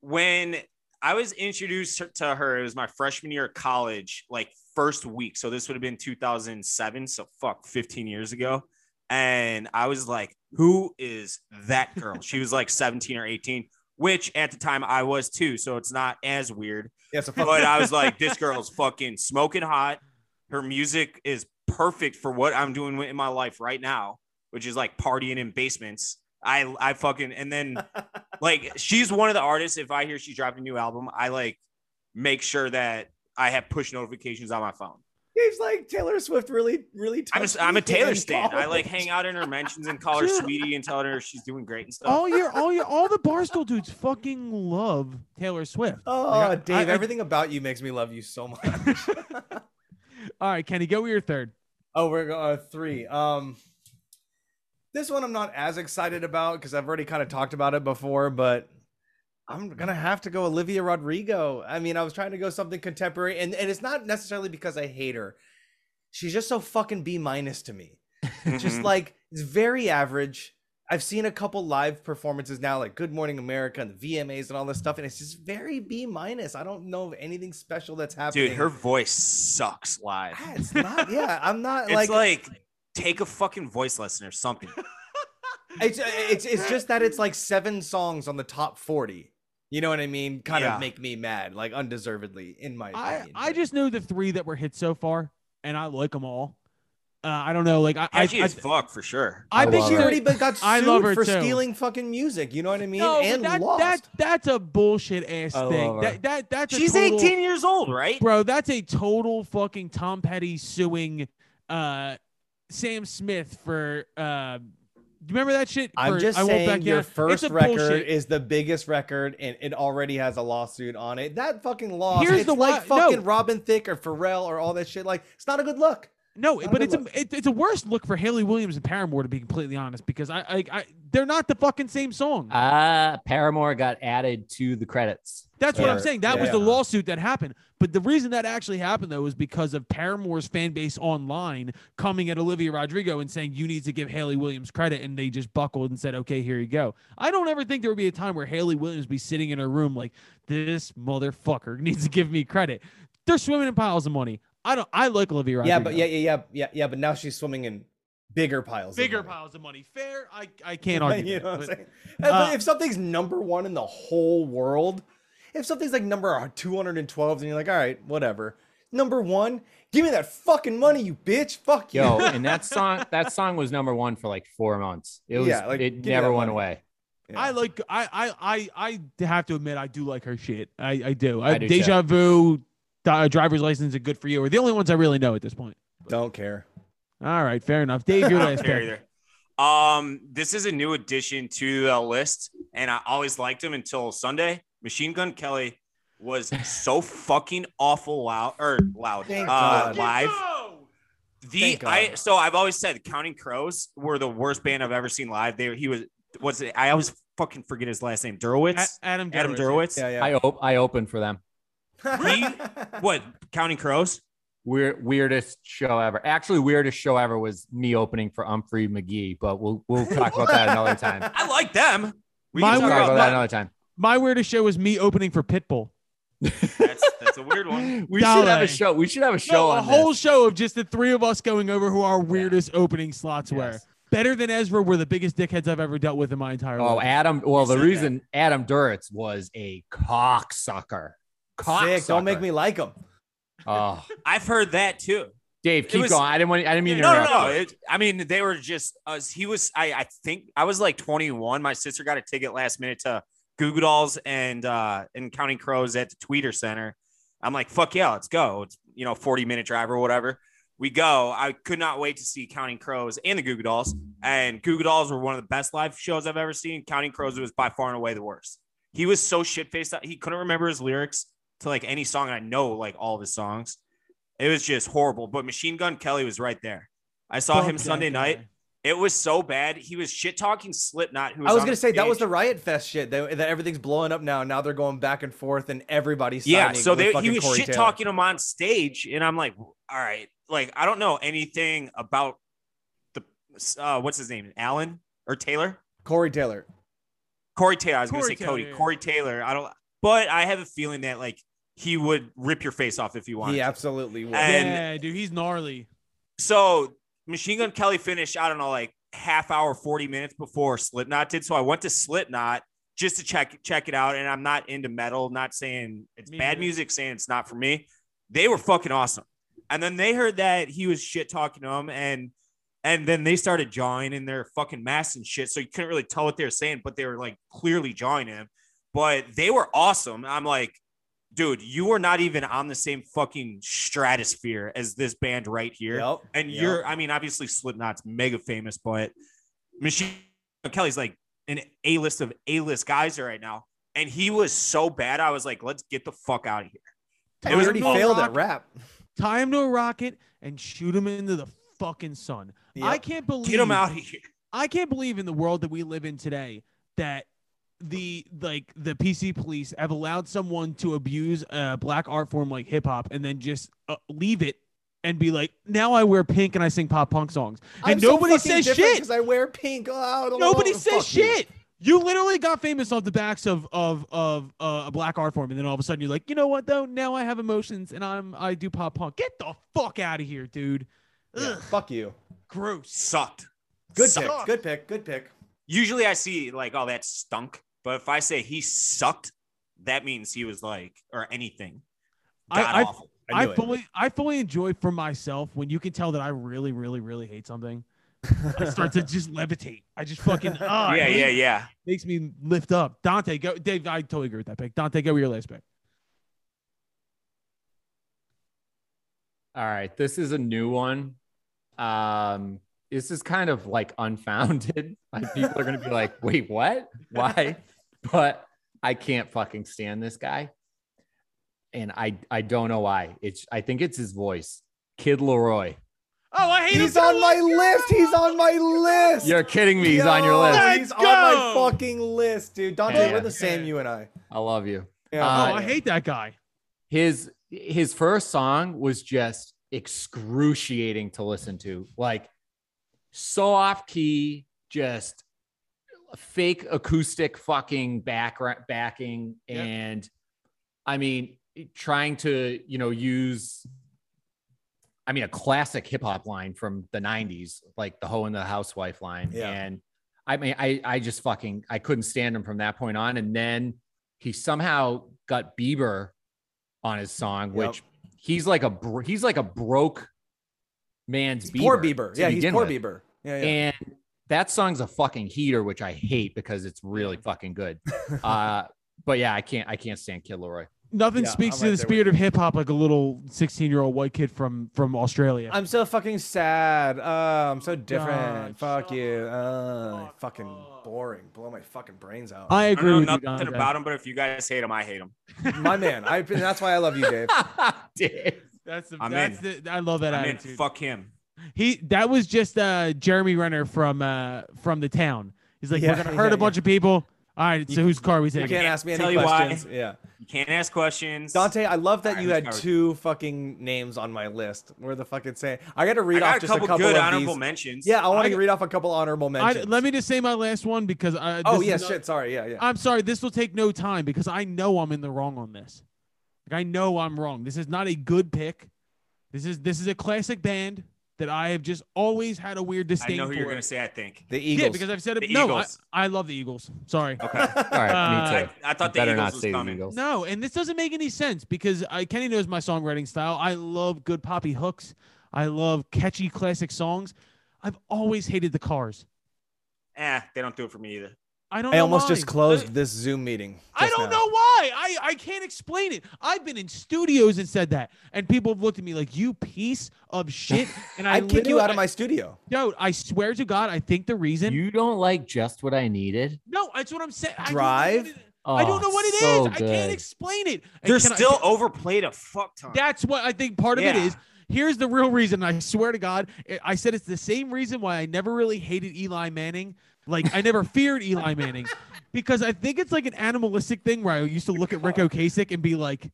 Speaker 5: when I was introduced to her, it was my freshman year of college, like first week. So this would have been 2007. So fuck, 15 years ago. And I was like, who is that girl? she was like 17 or 18, which at the time I was too. So it's not as weird.
Speaker 3: Yeah, so fuck
Speaker 5: But I was like, this girl's fucking smoking hot. Her music is perfect for what I'm doing in my life right now, which is like partying in basements. I I fucking and then like she's one of the artists. If I hear she dropped a new album, I like make sure that I have push notifications on my phone.
Speaker 3: Dave's like Taylor Swift really, really.
Speaker 5: I'm a,
Speaker 3: touched
Speaker 5: I'm a
Speaker 3: me
Speaker 5: Taylor
Speaker 3: in
Speaker 5: stan. I like
Speaker 3: college.
Speaker 5: hang out in her mentions and call her sweetie and tell her she's doing great and stuff.
Speaker 2: all your all your all the Barstool dudes fucking love Taylor Swift.
Speaker 3: Oh,
Speaker 2: Like, I-
Speaker 3: Dave,
Speaker 2: I- I-
Speaker 3: everything about you makes me love you so much.
Speaker 2: All right, Kenny, go with your third.
Speaker 3: oh, we're going uh, three. Um, this one I'm not as excited about because I've already kind of talked about it before, but I'm gonna have to go Olivia Rodrigo. I mean, I was trying to go something contemporary, and and it's not necessarily because I hate her. She's just so fucking B minus to me. Oh, just
Speaker 5: Mhm.
Speaker 3: like it's very average. I've seen a couple live performances now, like Good Morning America and the VMAs and all this stuff, and it's just very B minus. I don't know of anything special that's happening.
Speaker 5: dude, her voice sucks live.
Speaker 3: Ah, it's not. Yeah, I'm not
Speaker 5: It's
Speaker 3: like,
Speaker 5: like take a fucking voice lesson or something.
Speaker 3: it's uh, it's it's just that it's like seven songs on the top forty. You know what I mean? Kind
Speaker 5: Yeah.
Speaker 3: of make me mad, like undeservedly, in my
Speaker 2: I
Speaker 3: opinion.
Speaker 2: I
Speaker 3: but-
Speaker 2: just know the three that were hit so far, and I like them all. Uh, I don't know, like I I,
Speaker 5: Catchy
Speaker 2: I,
Speaker 5: as fuck for sure.
Speaker 2: I
Speaker 6: I
Speaker 2: think
Speaker 6: love
Speaker 3: she
Speaker 6: her.
Speaker 2: you're
Speaker 3: already been got sued
Speaker 2: I love her
Speaker 3: for
Speaker 2: too.
Speaker 3: stealing fucking music. You know what I mean?
Speaker 2: no, but
Speaker 3: and
Speaker 2: that,
Speaker 3: lost.
Speaker 2: that that's a bullshit ass
Speaker 6: I
Speaker 2: thing.
Speaker 6: love her.
Speaker 2: That that that's a
Speaker 5: She's
Speaker 2: total-
Speaker 5: 18 years old, right?
Speaker 2: bro that's a total fucking tom petty suing uh sam smith for uh do you remember that shit
Speaker 3: I'm
Speaker 2: for
Speaker 3: just
Speaker 2: I Won't
Speaker 3: saying
Speaker 2: Back
Speaker 3: your
Speaker 2: Down?
Speaker 3: first
Speaker 2: it's a
Speaker 3: record
Speaker 2: bullshit.
Speaker 3: is the biggest record and it already has a lawsuit on it. That fucking loss.
Speaker 2: Here's
Speaker 3: it's
Speaker 2: the why-
Speaker 3: like fucking
Speaker 2: no.
Speaker 3: Robin Thicke or Pharrell or all that shit. Like it's not a good look.
Speaker 2: no
Speaker 3: not a
Speaker 2: but
Speaker 3: good
Speaker 2: it's a
Speaker 3: look.
Speaker 2: it, it's a worse look for haley williams and paramore to be completely honest because i i, I they're not the fucking same song
Speaker 6: uh, Paramore got added to the credits.
Speaker 2: That's what I'm
Speaker 3: Or-
Speaker 2: saying. That was the
Speaker 6: yeah.
Speaker 2: lawsuit that happened. But the reason that actually happened though was because of Paramore's fan base online coming at Olivia Rodrigo and saying you need to give Haley Williams credit, and they just buckled and said, "Okay, here you go." I don't ever think there would be a time where Haley Williams be sitting in her room like this motherfucker needs to give me credit. They're swimming in piles of money. I don't. I like Olivia Rodrigo.
Speaker 3: Yeah, but yeah, yeah, yeah, yeah, yeah. But now she's swimming in bigger piles. of
Speaker 2: bigger
Speaker 3: money.
Speaker 2: piles of money. Fair. I I can't argue.
Speaker 3: you
Speaker 2: that,
Speaker 3: know what I'm
Speaker 2: but-
Speaker 3: saying? And- but
Speaker 2: uh,
Speaker 3: if something's number one in the whole world, if something's like number 212, then you're like, all right, whatever. Number one, give me that fucking money, you bitch. Fuck you.
Speaker 6: Yo, and that song that song was number one for like four months. It was
Speaker 3: Yeah, like,
Speaker 6: it
Speaker 3: give me
Speaker 6: never
Speaker 3: that
Speaker 6: went
Speaker 3: money.
Speaker 6: away.
Speaker 3: Yeah.
Speaker 2: I like I I I I have to admit I do like her shit. I I do. I,
Speaker 6: I do,
Speaker 2: Deja vu, Di- uh, driver's license, and good for you are the only ones I really know at this point.
Speaker 3: Don't care.
Speaker 2: All right, fair enough. Dave, your
Speaker 5: I don't
Speaker 2: last
Speaker 5: care
Speaker 2: pick.
Speaker 5: either. Um, this is a new addition to the list, and I always liked him until Sunday. Machine Gun Kelly was so fucking awful loud or loud
Speaker 3: Thank
Speaker 5: uh,
Speaker 3: God.
Speaker 5: live. The
Speaker 3: Thank God.
Speaker 5: I so I've always said Counting Crows were the worst band I've ever seen live. They he was was it, I always fucking forget his last name Derwitz
Speaker 2: A- Adam Durowitz.
Speaker 5: Adam Derwitz.
Speaker 3: Yeah,
Speaker 6: I
Speaker 3: yeah.
Speaker 6: hope I open for them.
Speaker 5: What Counting Crows?
Speaker 6: Weird, weirdest show ever. Actually, weirdest show ever was me opening for Humphrey McGee, but we'll we'll talk about that another time.
Speaker 5: I like them. We
Speaker 2: My
Speaker 5: can
Speaker 6: We'll
Speaker 5: talk about
Speaker 6: talk about that
Speaker 5: that.
Speaker 6: another time.
Speaker 2: My weirdest show was me opening for Pitbull.
Speaker 5: That's, that's a weird one.
Speaker 6: We should have
Speaker 2: Dale.
Speaker 6: a show. We should have a show
Speaker 2: No, a
Speaker 6: on
Speaker 2: whole
Speaker 6: this.
Speaker 2: show of just the three of us going over who our weirdest opening slots were.
Speaker 6: Yes.
Speaker 2: Better than Ezra were the biggest dickheads I've ever dealt with in my entire
Speaker 6: Oh,
Speaker 2: life.
Speaker 6: Adam. Well, the
Speaker 5: said that.
Speaker 6: reason Adam Duritz was a cocksucker. Cocksucker.
Speaker 3: Sick. Don't make me like him.
Speaker 6: Oh,
Speaker 5: I've heard that too.
Speaker 6: Dave, keep
Speaker 5: was-
Speaker 6: going. I didn't want. I didn't mean to
Speaker 5: No, no,
Speaker 6: interrupt.
Speaker 5: no.
Speaker 6: you.
Speaker 5: It, I mean, they were just. Uh, he was. I, I think I was like 21. My sister got a ticket last minute to Goo Goo Dolls and uh, and Counting Crows at the Tweeter Center. I'm like, fuck yeah, let's go. It's you know 40 minute drive or whatever. We go. I could not wait to see Counting Crows and the Goo Goo Dolls. And Goo Goo Dolls were one of the best live shows I've ever seen. Counting Crows was by far and away the worst. He was so shit faced. He couldn't remember his lyrics to like any song. I know like all of his songs. It was just horrible. But Machine Gun Kelly was right there. I saw
Speaker 2: Fuck
Speaker 5: him
Speaker 2: that guy.
Speaker 5: Sunday night. It was so bad. He was shit talking Slipknot. Who was
Speaker 3: I was
Speaker 5: on
Speaker 3: gonna say that was the
Speaker 5: stage.
Speaker 3: riot fest shit. That, that everything's blowing up now. Now they're going back and forth, and everybody's
Speaker 5: yeah.
Speaker 3: siding
Speaker 5: So
Speaker 3: with
Speaker 5: they, he
Speaker 3: fucking
Speaker 5: was
Speaker 3: Corey
Speaker 5: shit
Speaker 3: Taylor.
Speaker 5: talking him on stage, and I'm like, all right, like I don't know anything about the uh, what's his name, Allen or Taylor,
Speaker 3: Corey Taylor.
Speaker 5: Corey Taylor. I was
Speaker 2: Corey
Speaker 5: gonna say Cody,
Speaker 2: Taylor, yeah.
Speaker 5: Corey Taylor. I don't, but I have a feeling that like he would rip your face off if you wanted.
Speaker 3: He
Speaker 5: to.
Speaker 3: absolutely was.
Speaker 5: And-
Speaker 2: yeah, dude, he's gnarly.
Speaker 5: so Machine Gun Kelly finished, I don't know, like half hour, 40 minutes before Slipknot did. So I went to Slipknot just to check check it out. And I'm not into metal, not saying it's
Speaker 2: Me
Speaker 5: bad
Speaker 2: neither.
Speaker 5: music, saying it's not for me. They were fucking awesome. And then they heard that he was shit talking to them and and then they started jawing in their fucking masks and shit. So you couldn't really tell what they were saying, but they were like clearly jawing him. But they were awesome. I'm like, dude, you are not even on the same fucking stratosphere as this band right here.
Speaker 3: Yep,
Speaker 5: And
Speaker 3: yep.
Speaker 5: you're, I mean, obviously Slipknot's mega famous, but Machine Gun Kelly's like an A list of A list guys right now. And he was so bad. I was like, let's get the fuck out of here.
Speaker 3: He
Speaker 2: It was
Speaker 3: already
Speaker 2: Lil
Speaker 3: failed
Speaker 2: Rock.
Speaker 3: at rap.
Speaker 2: Tie him to a rocket and shoot him into the fucking sun. I
Speaker 3: Yep.
Speaker 2: can't believe
Speaker 5: Get him out of here.
Speaker 2: I can't believe in the world that we live in today that the like the PC police have allowed someone to abuse a black art form like hip hop and then just uh, leave it and be like, now I wear pink and I sing pop punk songs, and nobody says shit.
Speaker 3: because I wear pink. Oh, I don't
Speaker 2: Nobody
Speaker 3: know.
Speaker 2: says
Speaker 3: Fuck you.
Speaker 2: shit. You literally got famous off the backs of of of uh, a black art form, and then all of a sudden you're like, you know what though? Now I have emotions, and I'm I do pop punk. Get the fuck out of here, dude.
Speaker 3: Yeah,
Speaker 2: Ugh,
Speaker 3: fuck you.
Speaker 2: gross.
Speaker 5: Sucked.
Speaker 3: Good
Speaker 5: Sucked.
Speaker 3: pick. Good pick. Good pick.
Speaker 5: Usually I see like, oh, that stunk. But if I say he sucked, that means he was like, or anything.
Speaker 2: I-
Speaker 5: God
Speaker 2: I-
Speaker 5: awful.
Speaker 3: I
Speaker 2: I,
Speaker 3: knew it.
Speaker 2: fully I fully enjoy for myself when you can tell that I really really really hate something. I start to just levitate. I just fucking oh, I
Speaker 5: yeah,
Speaker 2: hate
Speaker 5: yeah,
Speaker 2: it.
Speaker 5: yeah.
Speaker 2: Makes me lift up. Dante, go. Dave, I totally agree with that pick. Dante, go with your last pick.
Speaker 6: All right, this is a new one. Um, this is kind of like unfounded. Like people are gonna be like, "Wait, what? Why?" But I can't fucking stand this guy, and I I don't know why. It's I think it's his voice, Kid Leroy.
Speaker 2: Oh, I hate
Speaker 3: He's on my list. He's on my list.
Speaker 6: You're kidding me. He's on your
Speaker 3: Yo,
Speaker 6: list.
Speaker 2: Let's
Speaker 3: He's on my
Speaker 2: go.
Speaker 3: fucking list, dude. Dante,
Speaker 6: Yeah.
Speaker 3: we're the same, you and I.
Speaker 6: I love you.
Speaker 3: Yeah.
Speaker 2: Oh,
Speaker 6: Uh,
Speaker 2: I hate that guy.
Speaker 6: his his first song was just excruciating to listen to like so off key just fake acoustic fucking background backing
Speaker 2: Yep.
Speaker 6: and i mean trying to you know use i mean a classic hip hop line from the 90s like the hoe and the housewife line
Speaker 3: Yeah.
Speaker 6: and i mean i i just fucking i couldn't stand him from that point on and then he somehow got bieber on his song
Speaker 3: Yep.
Speaker 6: which he's like a bro- he's like a broke man's
Speaker 3: Poor
Speaker 6: Bieber
Speaker 3: Bieber.
Speaker 6: to
Speaker 3: Yeah, he's
Speaker 6: begin
Speaker 3: poor
Speaker 6: with.
Speaker 3: Bieber. Yeah, yeah.
Speaker 6: And that song's a fucking heater, which I hate because it's really fucking good. Uh, but yeah, I can't I can't stand Kid Leroy.
Speaker 2: Nothing
Speaker 3: Yeah,
Speaker 2: speaks to
Speaker 3: I'm right
Speaker 2: the
Speaker 3: there with
Speaker 2: spirit of hip hop like a little 16 year old white kid from from Australia.
Speaker 3: I'm so fucking sad. Uh, I'm so
Speaker 2: God,
Speaker 3: different. Fuck
Speaker 2: shut
Speaker 3: you. Uh,
Speaker 2: fuck
Speaker 3: fucking
Speaker 2: up.
Speaker 3: boring. Blow my fucking brains out.
Speaker 2: I
Speaker 5: I
Speaker 2: agree
Speaker 5: don't
Speaker 2: with
Speaker 5: know
Speaker 2: you,
Speaker 5: nothing
Speaker 2: Dante.
Speaker 5: about him, but if you guys hate him, I hate him.
Speaker 3: my man. I, that's why I love you, Dave.
Speaker 6: Dave.
Speaker 2: That's the,
Speaker 5: I'm
Speaker 2: that's the I love that
Speaker 5: I mean,
Speaker 2: attitude.
Speaker 5: fuck him.
Speaker 2: He that was just uh Jeremy Renner from uh from the town. He's like,
Speaker 3: Yeah,
Speaker 2: we're gonna
Speaker 3: yeah,
Speaker 2: hurt
Speaker 3: yeah.
Speaker 2: a bunch of people. All right, so whose car are we
Speaker 3: You
Speaker 2: taking?
Speaker 3: can't ask me
Speaker 5: Tell
Speaker 3: any
Speaker 5: you why.
Speaker 3: questions. Yeah.
Speaker 5: You can't ask questions.
Speaker 3: Dante, I love that
Speaker 5: Alright,
Speaker 3: you
Speaker 5: who's
Speaker 3: had
Speaker 5: covered?
Speaker 3: two fucking names on my list. Where the fuck it's saying? I got to
Speaker 5: I
Speaker 3: read off
Speaker 5: got a
Speaker 3: just
Speaker 5: couple,
Speaker 3: a couple
Speaker 5: good
Speaker 3: of
Speaker 5: honorable
Speaker 3: these.
Speaker 5: mentions.
Speaker 3: Yeah, I want
Speaker 2: I-
Speaker 3: to read off a couple honorable
Speaker 2: I,
Speaker 3: mentions.
Speaker 2: let me just say my last one because I.
Speaker 3: Oh
Speaker 2: this
Speaker 3: yeah,
Speaker 2: is not-
Speaker 3: shit. Sorry. Yeah, yeah.
Speaker 2: I'm sorry. This will take no time because I know I'm in the wrong on this. Like I know I'm wrong. This is not a good pick. This is this is a classic band that I have just always had a weird
Speaker 5: I
Speaker 2: disdain
Speaker 5: know who
Speaker 2: for.
Speaker 5: you're gonna say. I think.
Speaker 3: the
Speaker 2: yeah,
Speaker 3: Eagles.
Speaker 2: because I've said it.
Speaker 5: The
Speaker 2: no, I,
Speaker 5: Eagles.
Speaker 2: I love the Eagles. Sorry.
Speaker 5: Okay.
Speaker 6: All right, me
Speaker 5: I,
Speaker 6: too.
Speaker 5: I thought the
Speaker 6: Better
Speaker 5: Eagles
Speaker 6: not
Speaker 5: was
Speaker 6: say the
Speaker 5: coming.
Speaker 6: Eagles.
Speaker 2: No, and this doesn't make any sense because I Kenny knows my songwriting style. I love good poppy hooks. I love catchy classic songs. I've always hated the Cars.
Speaker 5: Eh, they don't do it for me either.
Speaker 2: I don't.
Speaker 3: I
Speaker 2: know
Speaker 3: almost
Speaker 2: why. Uh,
Speaker 3: just closed this Zoom meeting.
Speaker 2: I
Speaker 3: just
Speaker 2: don't
Speaker 3: now.
Speaker 2: know why. I, I can't explain it. I've been in studios and said that, and people have looked at me like you piece of shit. And I
Speaker 3: I'd kick you
Speaker 2: literally-
Speaker 3: out of my studio.
Speaker 2: No, I swear to God, I think the reason.
Speaker 6: You don't like just what I needed.
Speaker 2: no, that's what I'm saying.
Speaker 3: Drive?
Speaker 6: Oh,
Speaker 2: I don't know what it is.
Speaker 6: so
Speaker 2: I can't
Speaker 6: good.
Speaker 2: explain it. And
Speaker 5: They're
Speaker 2: can I-
Speaker 5: still overplayed a fuck ton.
Speaker 2: That's what I think part of it
Speaker 5: Yeah.
Speaker 2: is. Here's the real reason. I swear to God, I- I said it's the same reason why I never really hated Eli Manning. Like I never feared Eli Manning because I think it's like an animalistic thing where I used to look at Rick Ocasek and be like,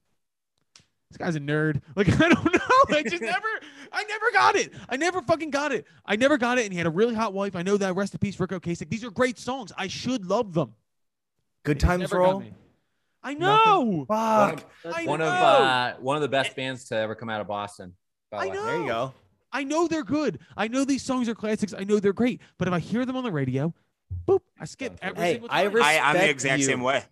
Speaker 2: "This guy's a nerd." Like I don't know. I just never, I never got it. I never fucking got it. I never got it. And he had a really hot wife. I know that. Rest in peace, Rick Ocasek. These are great songs. I should love them.
Speaker 3: Good
Speaker 2: They
Speaker 3: times
Speaker 2: never got
Speaker 3: roll.
Speaker 2: me. I know.
Speaker 3: Fuck.
Speaker 2: I
Speaker 6: One
Speaker 2: know.
Speaker 6: of uh, one of the best bands to ever come out of Boston. by the
Speaker 2: I
Speaker 6: way.
Speaker 2: know.
Speaker 3: There you go.
Speaker 2: I know they're good. I know these songs are classics. I know they're great. But if I hear them on the radio, boop, I skip every
Speaker 3: Hey,
Speaker 2: single
Speaker 3: I
Speaker 2: time.
Speaker 3: res-
Speaker 5: I, I'm the
Speaker 3: respect
Speaker 5: exact
Speaker 3: you.
Speaker 5: same way.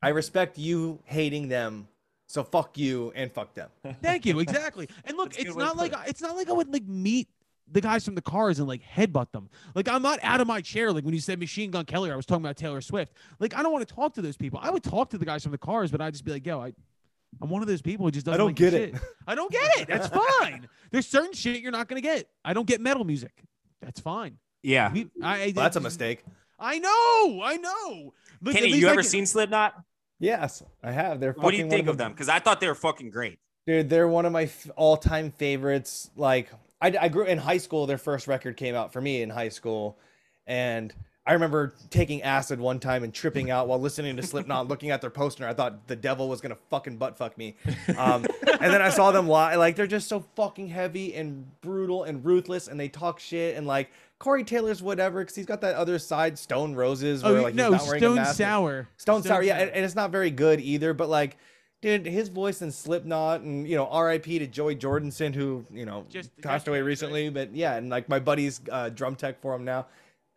Speaker 3: I respect you hating them, so fuck you and fuck them.
Speaker 2: Thank you. Exactly. And look,
Speaker 5: That's a good
Speaker 2: it's
Speaker 5: way to
Speaker 2: not
Speaker 5: put
Speaker 2: like it's not like I would like meet the guys from the cars and like headbutt them. Like I'm not out of my chair. Like when you said Machine Gun Kelly, I was talking about Taylor Swift. Like I don't want to talk to those people. I would talk to the guys from the cars, but I'd just be like, yo, I I'm one of those people who just doesn't
Speaker 3: don't
Speaker 2: like your
Speaker 3: get it.
Speaker 2: shit. I don't get it. That's fine. There's certain shit you're not gonna get. I don't get metal music. That's fine.
Speaker 5: Yeah.
Speaker 2: We- I, I-
Speaker 3: Well, that's a mistake.
Speaker 2: I know, I know. Look, at
Speaker 5: Kenny,
Speaker 2: least
Speaker 5: you
Speaker 2: I
Speaker 5: ever
Speaker 2: can-
Speaker 5: seen Slipknot?
Speaker 3: Yes, I have. They're.
Speaker 5: What do you
Speaker 3: fucking one
Speaker 5: think of them? Because I thought they were fucking great.
Speaker 3: Dude, they're one of my f- all-time favorites. Like, I, I grew in high school. Their first record came out for me in high school, and I remember taking acid one time and tripping out while listening to Slipknot, looking at their poster. I thought the devil was gonna fucking butt fuck me, um, and then I saw them live. Like, they're just so fucking heavy and brutal and ruthless, and they talk shit and like Corey Taylor's whatever because he's got that other side, Stone Roses,
Speaker 2: Oh
Speaker 3: where like
Speaker 2: no,
Speaker 3: he's not wearing a
Speaker 2: Stone
Speaker 3: mask.
Speaker 2: Sour.
Speaker 3: Stone Sour, yeah, and, and it's not very good either. But like, dude, his voice in Slipknot, and you know, R.I.P. to Joey Jordanson, who you know
Speaker 2: Just-
Speaker 3: passed
Speaker 2: just-
Speaker 3: away recently. But yeah, and like my buddy's uh, drum tech for him now.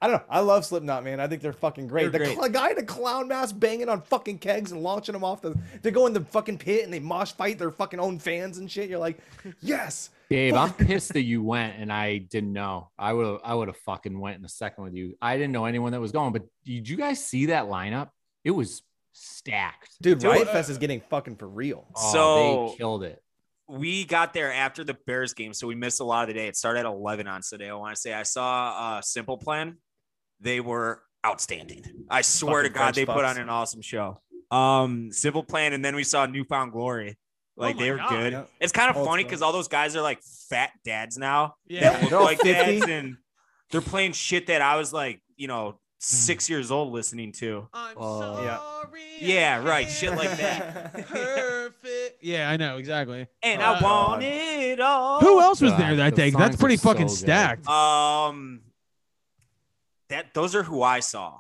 Speaker 3: I don't know. I love Slipknot, man. I think they're fucking great.
Speaker 5: They're
Speaker 3: the
Speaker 5: great.
Speaker 3: cl- guy in a clown mask banging on fucking kegs and launching them off the. They go in the fucking pit and they mosh fight their fucking own fans and shit. You're like, yes.
Speaker 6: Dave, I'm pissed that you went and I didn't know. I would have I would have fucking went in a second with you. I didn't know anyone that was going, but did you guys see that lineup? It was stacked.
Speaker 3: Dude,
Speaker 5: Dude,
Speaker 3: Riot
Speaker 5: uh,
Speaker 3: Fest is getting fucking for real.
Speaker 6: Oh,
Speaker 5: So-
Speaker 6: they killed it.
Speaker 5: we got there after the Bears game, so we missed a lot of the day. It started at 11 on Sunday. I want to say I saw uh, Simple Plan. They were outstanding. I swear
Speaker 3: Fucking
Speaker 5: to God,
Speaker 3: French
Speaker 5: they put
Speaker 3: fucks.
Speaker 5: on an awesome show. Um, Simple Plan, and then we saw Newfound Glory. Like
Speaker 2: Oh
Speaker 5: they
Speaker 2: my
Speaker 5: were
Speaker 2: God.
Speaker 5: good.
Speaker 3: Yeah.
Speaker 5: It's kind of
Speaker 3: Old
Speaker 5: funny
Speaker 3: school.
Speaker 5: because all those guys are like fat dads now.
Speaker 2: Yeah.
Speaker 5: That look
Speaker 3: They're all
Speaker 5: like
Speaker 3: 50.
Speaker 5: dads, and they're playing shit that I was like, you know, six years old listening to.
Speaker 2: I'm
Speaker 6: Oh.
Speaker 3: Yeah.
Speaker 2: sorry.
Speaker 5: Yeah,
Speaker 2: I
Speaker 5: right, shit
Speaker 2: can't
Speaker 5: like that.
Speaker 2: be Perfect. yeah, I know exactly.
Speaker 5: And
Speaker 2: Oh,
Speaker 5: I
Speaker 2: God.
Speaker 5: want it all.
Speaker 2: Who else was there
Speaker 6: Oh God,
Speaker 2: that
Speaker 6: the
Speaker 2: day? 'Cause That's
Speaker 6: songs
Speaker 2: pretty
Speaker 6: are so
Speaker 2: fucking
Speaker 6: good.
Speaker 2: stacked.
Speaker 5: Um, that those are who I saw.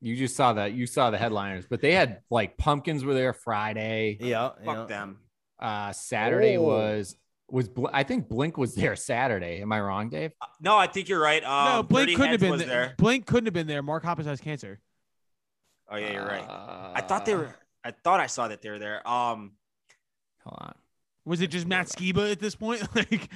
Speaker 6: You just saw that. You saw the headliners, but they had like pumpkins were there Friday.
Speaker 3: yeah,
Speaker 5: Fuck
Speaker 3: yeah.
Speaker 5: them.
Speaker 6: Uh Saturday
Speaker 3: Oh.
Speaker 6: was was Bl- I think Blink was there Saturday. Am I wrong, Dave?
Speaker 5: Uh, No, I think you're right. Um,
Speaker 2: no, Blink
Speaker 5: Dirty
Speaker 2: couldn't have
Speaker 5: Hands
Speaker 2: been
Speaker 5: was
Speaker 2: there.
Speaker 5: there.
Speaker 2: Blink couldn't have been there. Mark Hoppus has cancer.
Speaker 5: Oh yeah, you're right.
Speaker 6: Uh,
Speaker 5: I thought they
Speaker 3: Ah.
Speaker 5: were. I thought I saw that they were there. Um,
Speaker 6: Hold on.
Speaker 2: Was it just Matt Skiba at this point? like,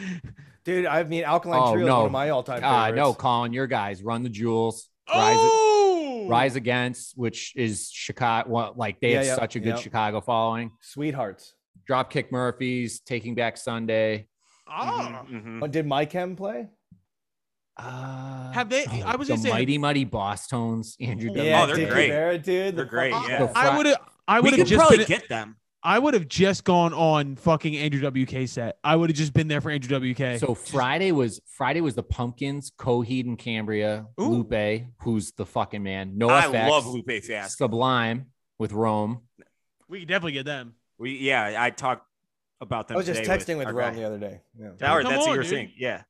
Speaker 3: Dude, I mean, Alkaline
Speaker 6: Oh,
Speaker 3: Trio is
Speaker 6: no.
Speaker 3: one of my all-time
Speaker 6: Uh,
Speaker 3: favorites.
Speaker 6: no, Colin, your guys run the jewels. Rise,
Speaker 2: Oh,
Speaker 6: Rise Against, which is Chicago. well, Like they
Speaker 3: Yeah,
Speaker 6: have
Speaker 3: yeah,
Speaker 6: such a good
Speaker 3: yeah.
Speaker 6: Chicago following.
Speaker 3: Sweethearts.
Speaker 6: Dropkick Murphys, Taking Back Sunday.
Speaker 2: Ah.
Speaker 5: Mhm, mhm.
Speaker 3: Oh, Did my chem play?
Speaker 6: Uh,
Speaker 2: Have they- I was
Speaker 6: the
Speaker 2: gonna say-
Speaker 6: Mighty Mighty Boss Tones, Andrew. W.
Speaker 5: Yeah, Oh, they're
Speaker 3: Dick
Speaker 5: great.
Speaker 3: Rivera, dude. The
Speaker 5: They're great.
Speaker 3: fucking-
Speaker 5: Yeah.
Speaker 2: I would have. I
Speaker 5: We
Speaker 2: would have
Speaker 5: could
Speaker 2: just
Speaker 5: probably
Speaker 2: been.
Speaker 5: get them.
Speaker 2: I would have just gone on fucking Andrew WK set. I would have just been there for Andrew WK.
Speaker 6: So Friday was Friday was the Pumpkins, Coheed and Cambria,
Speaker 2: Ooh.
Speaker 6: Lupe, who's the fucking man. No
Speaker 5: I
Speaker 6: effects,
Speaker 5: love Lupe Fiasco.
Speaker 6: Sublime with Rome.
Speaker 2: we could definitely get them.
Speaker 5: We yeah, I talked about them.
Speaker 3: I was just
Speaker 5: today
Speaker 3: texting with
Speaker 5: our
Speaker 3: Rome
Speaker 5: guy.
Speaker 3: the other day. Yeah.
Speaker 5: Howard,
Speaker 2: Come
Speaker 5: that's
Speaker 2: on,
Speaker 5: what you were
Speaker 2: dude.
Speaker 5: saying. Yeah.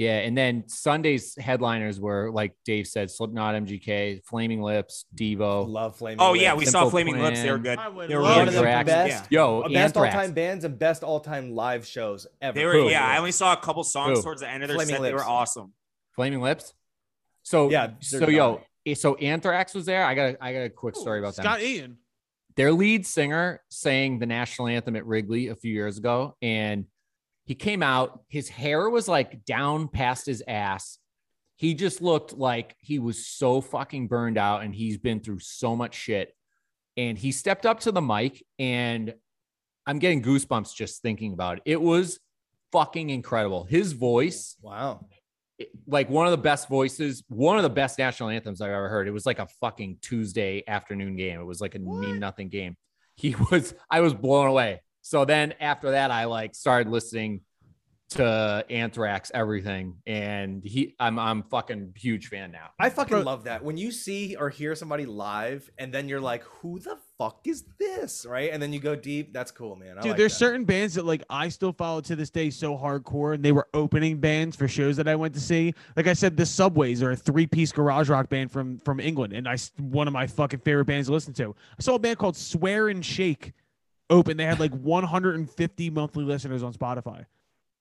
Speaker 6: Yeah, and then Sunday's headliners were like Dave said, Slipknot, MGK, Flaming Lips, Devo.
Speaker 3: Love Flaming
Speaker 5: Oh yeah,
Speaker 3: Lips.
Speaker 5: we
Speaker 6: Simple
Speaker 5: saw Flaming Lips. They were
Speaker 6: Plan.
Speaker 5: good.
Speaker 2: I would
Speaker 5: They were
Speaker 2: love
Speaker 5: really
Speaker 3: one of the
Speaker 5: good.
Speaker 6: Anthrax.
Speaker 3: best,
Speaker 6: Yo,
Speaker 3: uh, best
Speaker 6: Anthrax.
Speaker 3: all-time bands and best all-time live shows ever.
Speaker 5: They were
Speaker 6: Who?
Speaker 5: yeah. I only saw a couple songs
Speaker 6: Who?
Speaker 5: towards the end of their
Speaker 3: Flaming
Speaker 5: set. They were
Speaker 3: Lips.
Speaker 5: awesome.
Speaker 6: Flaming Lips. So
Speaker 3: Yeah,
Speaker 6: yeah,
Speaker 3: they're
Speaker 6: so yo,
Speaker 3: dying.
Speaker 6: eh, so Anthrax was there. I got a, I got a quick story about
Speaker 2: Scott
Speaker 6: that.
Speaker 2: Ian.
Speaker 6: Their lead singer sang the national anthem at Wrigley a few years ago, and he came out. His hair was like down past his ass. He just looked like he was so fucking burned out, and he's been through so much shit. And he stepped up to the mic, and I'm getting goosebumps just thinking about it. It was fucking incredible. His voice
Speaker 3: Wow.
Speaker 6: like one of the best voices, one of the best national anthems I've ever heard. It was like a fucking Tuesday afternoon game. It was like a mean nothing game. He was, I was blown away. So then after that, I like started listening to Anthrax, everything, and he, I'm, I'm fucking huge fan now.
Speaker 3: I fucking
Speaker 2: Bro-
Speaker 3: love that. When you see or hear somebody live and then you're like, who the fuck is this? Right? And then you go deep. That's cool, man. I
Speaker 2: Dude,
Speaker 3: like
Speaker 2: there's
Speaker 3: that.
Speaker 2: certain bands that like I still follow to this day so hardcore, and they were opening bands for shows that I went to see. Like I said, the Subways are a three-piece garage rock band from from England, and I s- one of my fucking favorite bands to listen to. I saw a band called Swear and Shake open. They had like 150 monthly listeners on Spotify,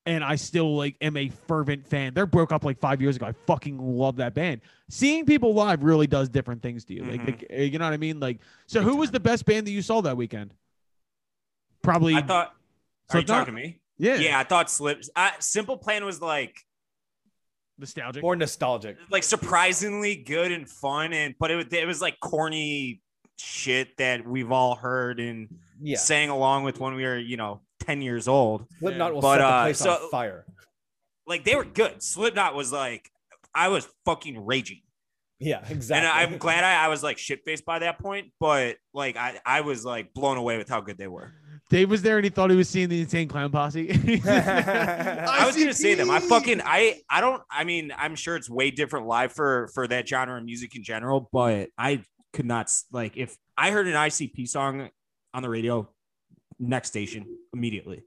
Speaker 2: and I still like am a fervent fan. They are broke up like five years ago. I fucking love that band. Seeing people live really does different things to you.
Speaker 3: Mm-hmm.
Speaker 2: Like,
Speaker 5: Mhm.
Speaker 2: like, uh, you know what I mean? Like, so
Speaker 6: Big
Speaker 2: who was
Speaker 6: time.
Speaker 2: the best band that you saw that weekend? Probably.
Speaker 5: I thought. Are you
Speaker 2: Slipknot?
Speaker 5: talking to me? Yeah, I thought Slips. Uh, Simple Plan was like
Speaker 2: nostalgic.
Speaker 3: or nostalgic.
Speaker 5: like surprisingly good and fun, and but it was it was like corny shit that we've all heard and
Speaker 3: Yeah.
Speaker 5: sang along with when we were you know ten years old.
Speaker 3: Slipknot will
Speaker 5: But,
Speaker 3: set the
Speaker 5: uh,
Speaker 3: place
Speaker 5: so-
Speaker 3: on fire.
Speaker 5: Like they were good. Slipknot was like I was fucking raging.
Speaker 3: Yeah, exactly.
Speaker 5: And I'm glad I, I was like shit faced by that point, but like I, I was like blown away with how good they were.
Speaker 2: Dave was there and he thought he was seeing the insane clown posse.
Speaker 5: I,
Speaker 3: I
Speaker 5: was gonna say them. I fucking I I don't I mean, I'm sure it's way different live for for that genre of music in general, but I could not s- like if I heard an ICP song on the radio, next station immediately.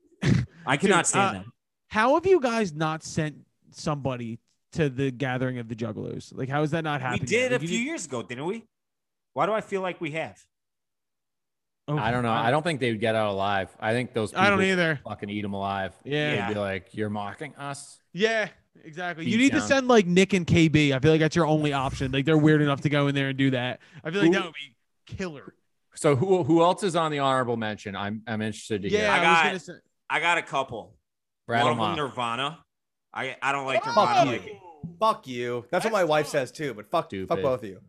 Speaker 5: I
Speaker 2: Dude,
Speaker 5: cannot stand
Speaker 2: uh,
Speaker 5: them.
Speaker 2: How have you guys not sent somebody to the gathering of the jugglers? Like, how is that not
Speaker 5: We
Speaker 2: happening?
Speaker 5: did a
Speaker 2: Like, you
Speaker 5: few years ago, didn't we? Why do I feel like we have?
Speaker 2: Oh,
Speaker 6: I don't know. I don't think they would get out alive. I think those people
Speaker 2: I don't either.
Speaker 6: fucking eat them alive.
Speaker 2: Yeah.
Speaker 5: Yeah.
Speaker 6: They'd be like, you're mocking us.
Speaker 2: Yeah. Exactly. You
Speaker 6: Beat
Speaker 2: need to
Speaker 6: down.
Speaker 2: send like Nick and KB. I feel like that's your only option. Like they're weird enough to go in there and do that. I feel like
Speaker 6: Who-
Speaker 2: that would be killer.
Speaker 6: So who, who else is on the honorable mention? I'm, I'm interested to hear.
Speaker 2: Yeah,
Speaker 5: I
Speaker 2: I,
Speaker 5: got-
Speaker 2: was gonna say.
Speaker 5: I got a couple.
Speaker 6: Rattle
Speaker 5: One of
Speaker 6: 'em
Speaker 5: them
Speaker 6: off.
Speaker 5: Nirvana. I I don't like Nirvana.
Speaker 3: Fuck
Speaker 5: I
Speaker 3: you.
Speaker 5: like-
Speaker 3: fuck you. That's, what my wife says too, but fuck fuck
Speaker 6: Stupid.
Speaker 3: both of you.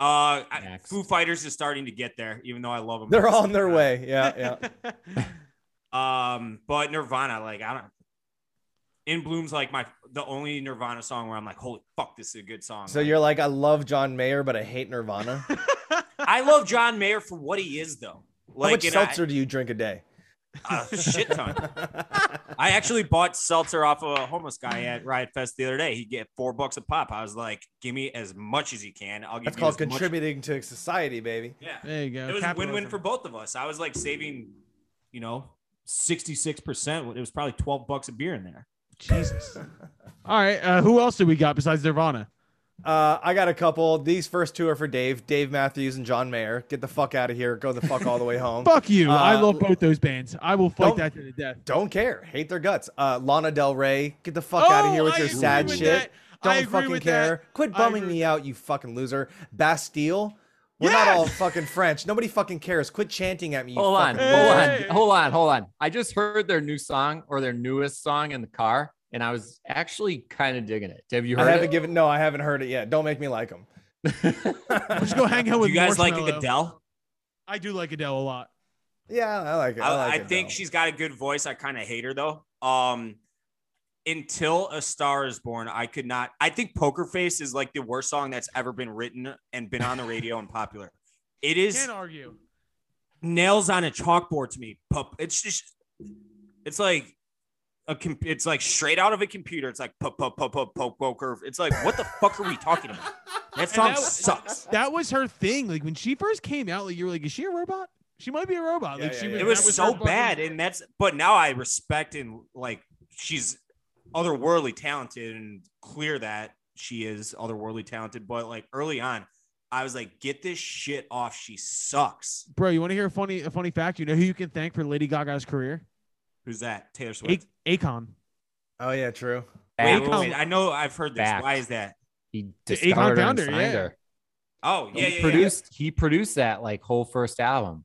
Speaker 5: Uh, I-
Speaker 6: Next.
Speaker 5: Foo Fighters is starting to get there, even though I love them. Uh,
Speaker 3: They're on their way. Yeah, yeah.
Speaker 5: Um, but Nirvana, like I don't. In Bloom's like my the only Nirvana song where I'm like, holy fuck, this is a good song.
Speaker 3: So
Speaker 5: Like,
Speaker 3: you're like, I love John Mayer, but I hate Nirvana. How
Speaker 5: I love John Mayer for what he is though. Like
Speaker 3: much
Speaker 5: and
Speaker 3: seltzer do you drink a day?
Speaker 5: I, a shit ton. I actually bought seltzer off of a homeless guy at Riot Fest the other day. He get four bucks a pop. I was like, give me as much as you can. I'll give
Speaker 3: That's
Speaker 5: you
Speaker 3: called
Speaker 5: as much-
Speaker 3: contributing to society, baby.
Speaker 5: Yeah.
Speaker 2: there you go.
Speaker 5: it was a win-win
Speaker 2: Capitalism.
Speaker 5: for both of us. I was like saving, you know, sixty-six percent. It was probably twelve bucks a beer in there.
Speaker 2: Jesus. All right. Uh, who else do we got besides Nirvana?
Speaker 3: Uh, I got a couple. These first two are for Dave, Dave Matthews and John Mayer. Get the fuck out of here. Go the fuck all the way home.
Speaker 2: Fuck you. I
Speaker 3: Uh,
Speaker 2: love both those bands. I will
Speaker 3: don't-
Speaker 2: fight that to the death.
Speaker 3: Don't care. Hate their guts. Uh, Lana Del Rey. Get the fuck out of here with
Speaker 2: Oh, I
Speaker 3: your
Speaker 2: agree
Speaker 3: sad
Speaker 2: with
Speaker 3: shit.
Speaker 2: that.
Speaker 3: Don't
Speaker 2: I agree
Speaker 3: fucking
Speaker 2: with
Speaker 3: care.
Speaker 2: that.
Speaker 3: Quit
Speaker 2: I
Speaker 3: bumming
Speaker 2: agree
Speaker 3: me out, you fucking loser. Bastille. We're not
Speaker 2: Yes!
Speaker 3: all fucking French. Nobody fucking cares. Quit chanting at me. You
Speaker 6: Hold on,
Speaker 3: fucking
Speaker 2: Hey.
Speaker 6: hold on, hold on, hold on. I just heard their new song or their newest song in the car. and I was actually kind of digging it. Have you
Speaker 3: I
Speaker 6: heard
Speaker 3: haven't
Speaker 6: it?
Speaker 3: given. No, I haven't heard it yet. Don't make me like him.
Speaker 2: Let's go hang out
Speaker 5: Do
Speaker 2: with
Speaker 5: you guys like
Speaker 2: Marshmello.
Speaker 5: Adele?
Speaker 2: I do like Adele a lot.
Speaker 3: yeah, I like it. I,
Speaker 5: I,
Speaker 3: like
Speaker 5: I
Speaker 3: it,
Speaker 5: think
Speaker 3: though.
Speaker 5: she's got a good voice. I kind of hate her though. Um, until a star is born, I could not. I think Poker Face is like the worst song that's ever been written and been on the radio and popular. It is
Speaker 2: Can't argue.
Speaker 5: nails on a chalkboard to me. Pup, it's just, it's like a, com- it's like straight out of a computer. It's like pup pup pup pup pup poker. It's like what the fuck are we talking about? That song
Speaker 2: that was-
Speaker 5: sucks.
Speaker 2: That was her thing. Like when she first came out, like you were like, is she a robot? She might be a robot.
Speaker 3: Yeah,
Speaker 2: Like
Speaker 3: yeah,
Speaker 2: she
Speaker 3: yeah.
Speaker 2: was.
Speaker 5: It
Speaker 2: that
Speaker 5: was
Speaker 2: her
Speaker 5: so
Speaker 2: fucking-
Speaker 5: bad, and that's. But now I respect and like she's otherworldly talented and clear that she is otherworldly talented. But like early on, I was like, get this shit off. She sucks.
Speaker 2: Bro, you want to hear a funny a funny fact? You know who you can thank for Lady Gaga's career?
Speaker 5: Who's that? Taylor
Speaker 2: A-
Speaker 5: Swift.
Speaker 2: Akon.
Speaker 3: Oh yeah, true.
Speaker 5: Wait,
Speaker 6: Back.
Speaker 5: wait, wait, I know I've heard this.
Speaker 6: Back.
Speaker 5: Why is that?
Speaker 6: He
Speaker 2: The Akon
Speaker 6: discovered her and
Speaker 2: founder,
Speaker 6: signed
Speaker 2: yeah.
Speaker 6: her.
Speaker 5: Oh yeah,
Speaker 6: he
Speaker 5: yeah, yeah.
Speaker 6: produced. He produced that like whole first album.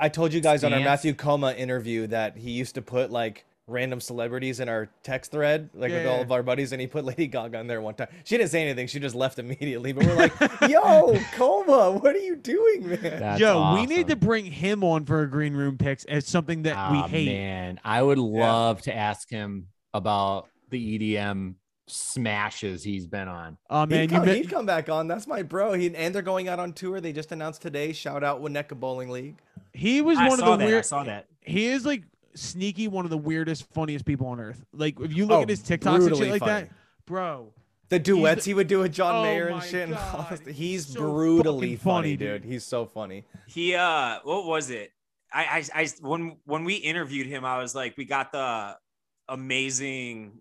Speaker 3: I told you guys on our
Speaker 6: Stance.
Speaker 3: Matthew Coma interview that he used to put like random celebrities in our text thread, like with
Speaker 2: Yeah.
Speaker 3: all of our buddies, and he put Lady Gaga in there one time. She didn't say anything; she just left immediately. But we're like, "Yo, Coma, what are you doing, man?"
Speaker 6: That's
Speaker 2: Yo,
Speaker 6: awesome.
Speaker 2: we need to bring him on for a green room picks as something that we
Speaker 6: Ah,
Speaker 2: hate.
Speaker 6: Man, I would love to ask him about the EDM smashes he's been on.
Speaker 2: Oh man,
Speaker 3: he'd,
Speaker 2: you
Speaker 3: come,
Speaker 2: met,
Speaker 3: he'd come back on. That's my bro. He and they're going out on tour. They just announced today. Shout out Winneka Bowling League.
Speaker 2: he was
Speaker 5: I
Speaker 2: one of
Speaker 5: saw
Speaker 2: the
Speaker 5: that. I
Speaker 2: weird.
Speaker 5: saw that.
Speaker 2: He is like sneaky, one of the weirdest, funniest people on earth. Like if you look
Speaker 3: Oh,
Speaker 2: at his TikToks and
Speaker 3: brutally
Speaker 2: shit like
Speaker 3: funny.
Speaker 2: that, bro.
Speaker 3: The duets he would do with John
Speaker 2: Oh
Speaker 3: Mayer and
Speaker 2: my
Speaker 3: shit. And all
Speaker 2: God,
Speaker 3: this- He's
Speaker 2: so
Speaker 3: brutally
Speaker 2: fucking
Speaker 3: funny,
Speaker 2: funny,
Speaker 3: dude.
Speaker 2: dude.
Speaker 3: He's so funny.
Speaker 5: He uh, what was it? I, I, I, when when we interviewed him, I was like, we got the amazing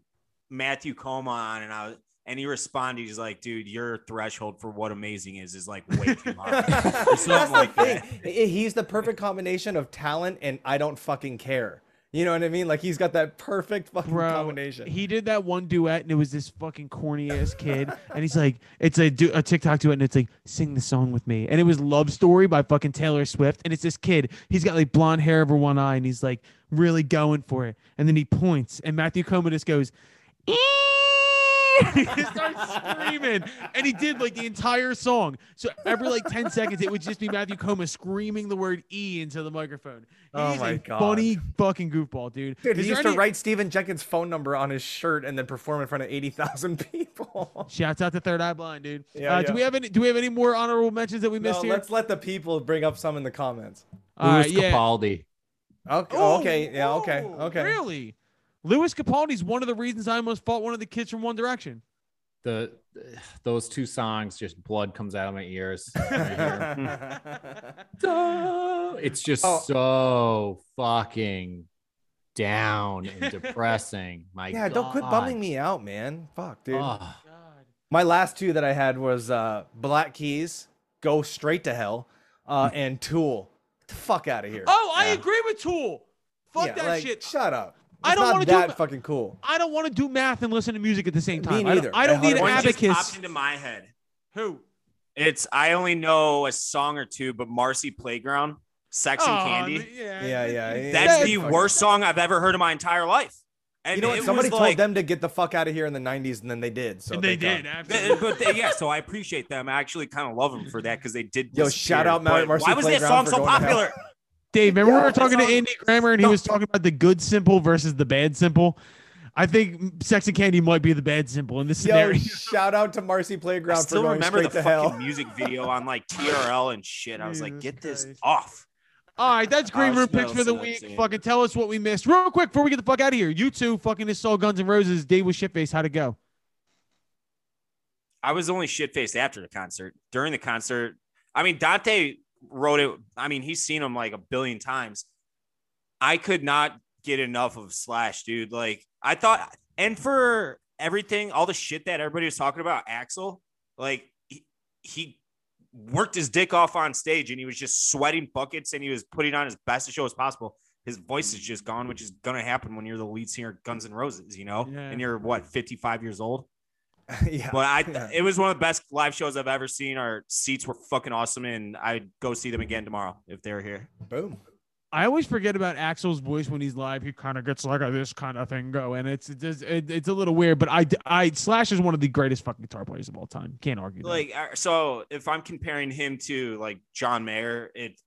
Speaker 5: Matthew Coma on, and I was, and he responded, he's like, dude, your threshold for what amazing is is like way too high.
Speaker 3: That's
Speaker 5: something like
Speaker 3: the
Speaker 5: that.
Speaker 3: thing. I- He's the perfect combination of talent and I don't fucking care. You know what I mean? Like he's got that perfect fucking
Speaker 2: Bro,
Speaker 3: combination.
Speaker 2: He did that one duet, and it was this fucking corny ass kid. and he's like, it's a, du- a TikTok duet, and it's like, sing the song with me. And it was Love Story by fucking Taylor Swift. And it's this kid. He's got like blonde hair over one eye, and he's like really going for it. And then he points, and Matthew Coma just goes, "Eee!" he starts screaming. And he did like the entire song. So every like 10 seconds, it would just be Matthew Coma screaming the word E into the microphone.
Speaker 3: Oh
Speaker 2: He's
Speaker 3: my
Speaker 2: a
Speaker 3: God.
Speaker 2: funny fucking goofball, dude. Is
Speaker 3: Dude, he
Speaker 2: there
Speaker 3: used to
Speaker 2: any-
Speaker 3: write Stephen Jenkins' phone number on his shirt and then perform in front of 80,000 people.
Speaker 2: Shouts out to Third Eye Blind, dude.
Speaker 3: Yeah,
Speaker 2: uh,
Speaker 3: yeah.
Speaker 2: Do we have any? Do we have any more honorable mentions that we
Speaker 3: no,
Speaker 2: missed here?
Speaker 3: let's let the people bring up some in the comments.
Speaker 2: All right,
Speaker 6: Louis
Speaker 2: Uh, yeah.
Speaker 6: Capaldi.
Speaker 3: Okay,
Speaker 2: Oh,
Speaker 3: okay, yeah, okay,
Speaker 2: oh,
Speaker 3: okay.
Speaker 2: Really, Louis Capaldi's one of the reasons I almost fought one of the kids from One Direction.
Speaker 6: The those two songs, just blood comes out of my ears. Duh. it's just
Speaker 3: Oh.
Speaker 6: so fucking down and depressing. My
Speaker 3: yeah, don't quit
Speaker 6: God.
Speaker 3: bumming me out, man. Fuck, dude.
Speaker 6: Ugh.
Speaker 3: My last two that I had was uh, Black Keys, Go Straight to Hell, uh, and Tool. Get the fuck out of here.
Speaker 2: Oh, I
Speaker 6: Yeah.
Speaker 2: agree with Tool. Fuck
Speaker 3: Yeah,
Speaker 2: that
Speaker 3: like,
Speaker 2: shit.
Speaker 3: Shut up.
Speaker 2: I
Speaker 3: It's
Speaker 2: don't
Speaker 3: not
Speaker 2: wanna do
Speaker 3: that
Speaker 2: ma-
Speaker 3: fucking cool.
Speaker 2: I don't want to do math and listen to music at the same
Speaker 3: Me
Speaker 2: time.
Speaker 3: neither.
Speaker 2: I don't, I don't
Speaker 3: I
Speaker 2: need an
Speaker 5: One
Speaker 3: hardly-
Speaker 5: just popped
Speaker 2: abacus.
Speaker 5: into my head.
Speaker 2: Who?
Speaker 5: It's I only know a song or two, but Marcy Playground, Sex
Speaker 2: Aw,
Speaker 5: and Candy.
Speaker 2: Oh, Yeah,
Speaker 3: Yeah, yeah. yeah.
Speaker 5: That's the
Speaker 3: Fucking-
Speaker 5: worst song I've ever heard in my entire life. And
Speaker 3: You know
Speaker 5: it
Speaker 3: what?
Speaker 5: was
Speaker 3: Somebody told
Speaker 5: like-
Speaker 3: them to get the fuck out of here in the '90s, and then they did. So
Speaker 2: And they did.
Speaker 3: thank God.
Speaker 5: Th-
Speaker 2: Absolutely.
Speaker 5: but they- yeah, so I appreciate them. I actually kind of love them for that because they did.
Speaker 3: Yo,
Speaker 5: disappear.
Speaker 3: shout out Mount
Speaker 5: But
Speaker 3: Mercy
Speaker 5: Why was that
Speaker 3: Playground
Speaker 5: song
Speaker 3: for
Speaker 5: so
Speaker 3: going to hell.
Speaker 5: popular?
Speaker 2: Dave, remember we were talking to
Speaker 5: that's all-
Speaker 2: Andy Grammer and he was talking about the good simple versus the bad simple. I think Sex and Candy might be the bad simple in this
Speaker 3: Yo,
Speaker 2: scenario.
Speaker 3: shout out to Marcy
Speaker 5: I
Speaker 3: Playground
Speaker 5: still
Speaker 3: for going
Speaker 5: remember the
Speaker 3: straight
Speaker 5: fucking
Speaker 3: to hell.
Speaker 5: music video on like TRL and shit. I was like,
Speaker 2: Jesus
Speaker 5: get this
Speaker 2: Christ.
Speaker 5: off.
Speaker 2: All right, that's Green
Speaker 5: I'll
Speaker 2: Room
Speaker 5: smell
Speaker 2: picks for the
Speaker 5: sex,
Speaker 2: week.
Speaker 5: Andy.
Speaker 2: Fucking tell us what we missed. Real quick before we get the fuck out of here. You two fucking this saw Guns N' Roses. Dave with shitface. How'd it go?
Speaker 5: I was only shit faced after the concert. During the concert, I mean, Dante wrote it. I mean, he's seen him like a billion times. I could not get enough of Slash, dude. Like, I thought, and for everything, all the shit that everybody was talking about, Axel, like, he, he worked his dick off on stage and he was just sweating buckets and he was putting on his best to show as possible. His voice is just gone, which is going to happen when you're the lead singer of Guns N' Roses, you know,
Speaker 2: Yeah.
Speaker 5: and you're what, 55 years old?
Speaker 3: yeah.
Speaker 5: But I,
Speaker 3: Yeah.
Speaker 5: it was one of the best live shows I've ever seen. Our seats were fucking awesome, and I'd go see them again tomorrow if they're here.
Speaker 3: Boom.
Speaker 2: I always forget about Axel's voice when he's live. He kind of gets like a, this kind of thing going. It's it does- it, it's a little weird, but I I Slash is one of the greatest fucking guitar players of all time. Can't argue. that.
Speaker 5: Like uh, so, if I'm comparing him to like John Mayer, it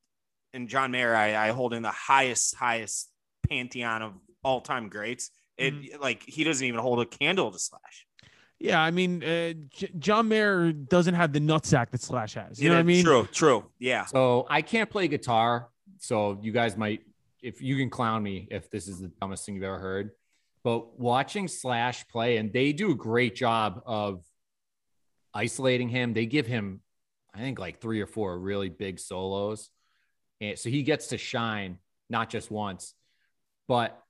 Speaker 5: and John Mayer, I, I hold in the highest highest pantheon of all time greats. It like he doesn't even hold a candle to Slash.
Speaker 2: yeah, I mean, uh, J- John Mayer doesn't have the nutsack that Slash has. You know
Speaker 5: Yeah,
Speaker 2: what I mean?
Speaker 5: True, true. Yeah.
Speaker 6: So I can't play guitar. So you guys might, if you can clown me, if this is the dumbest thing you've ever heard, but watching Slash play, and they do a great job of isolating him. They give him, I think, like three or four really big solos. And so he gets to shine, not just once, but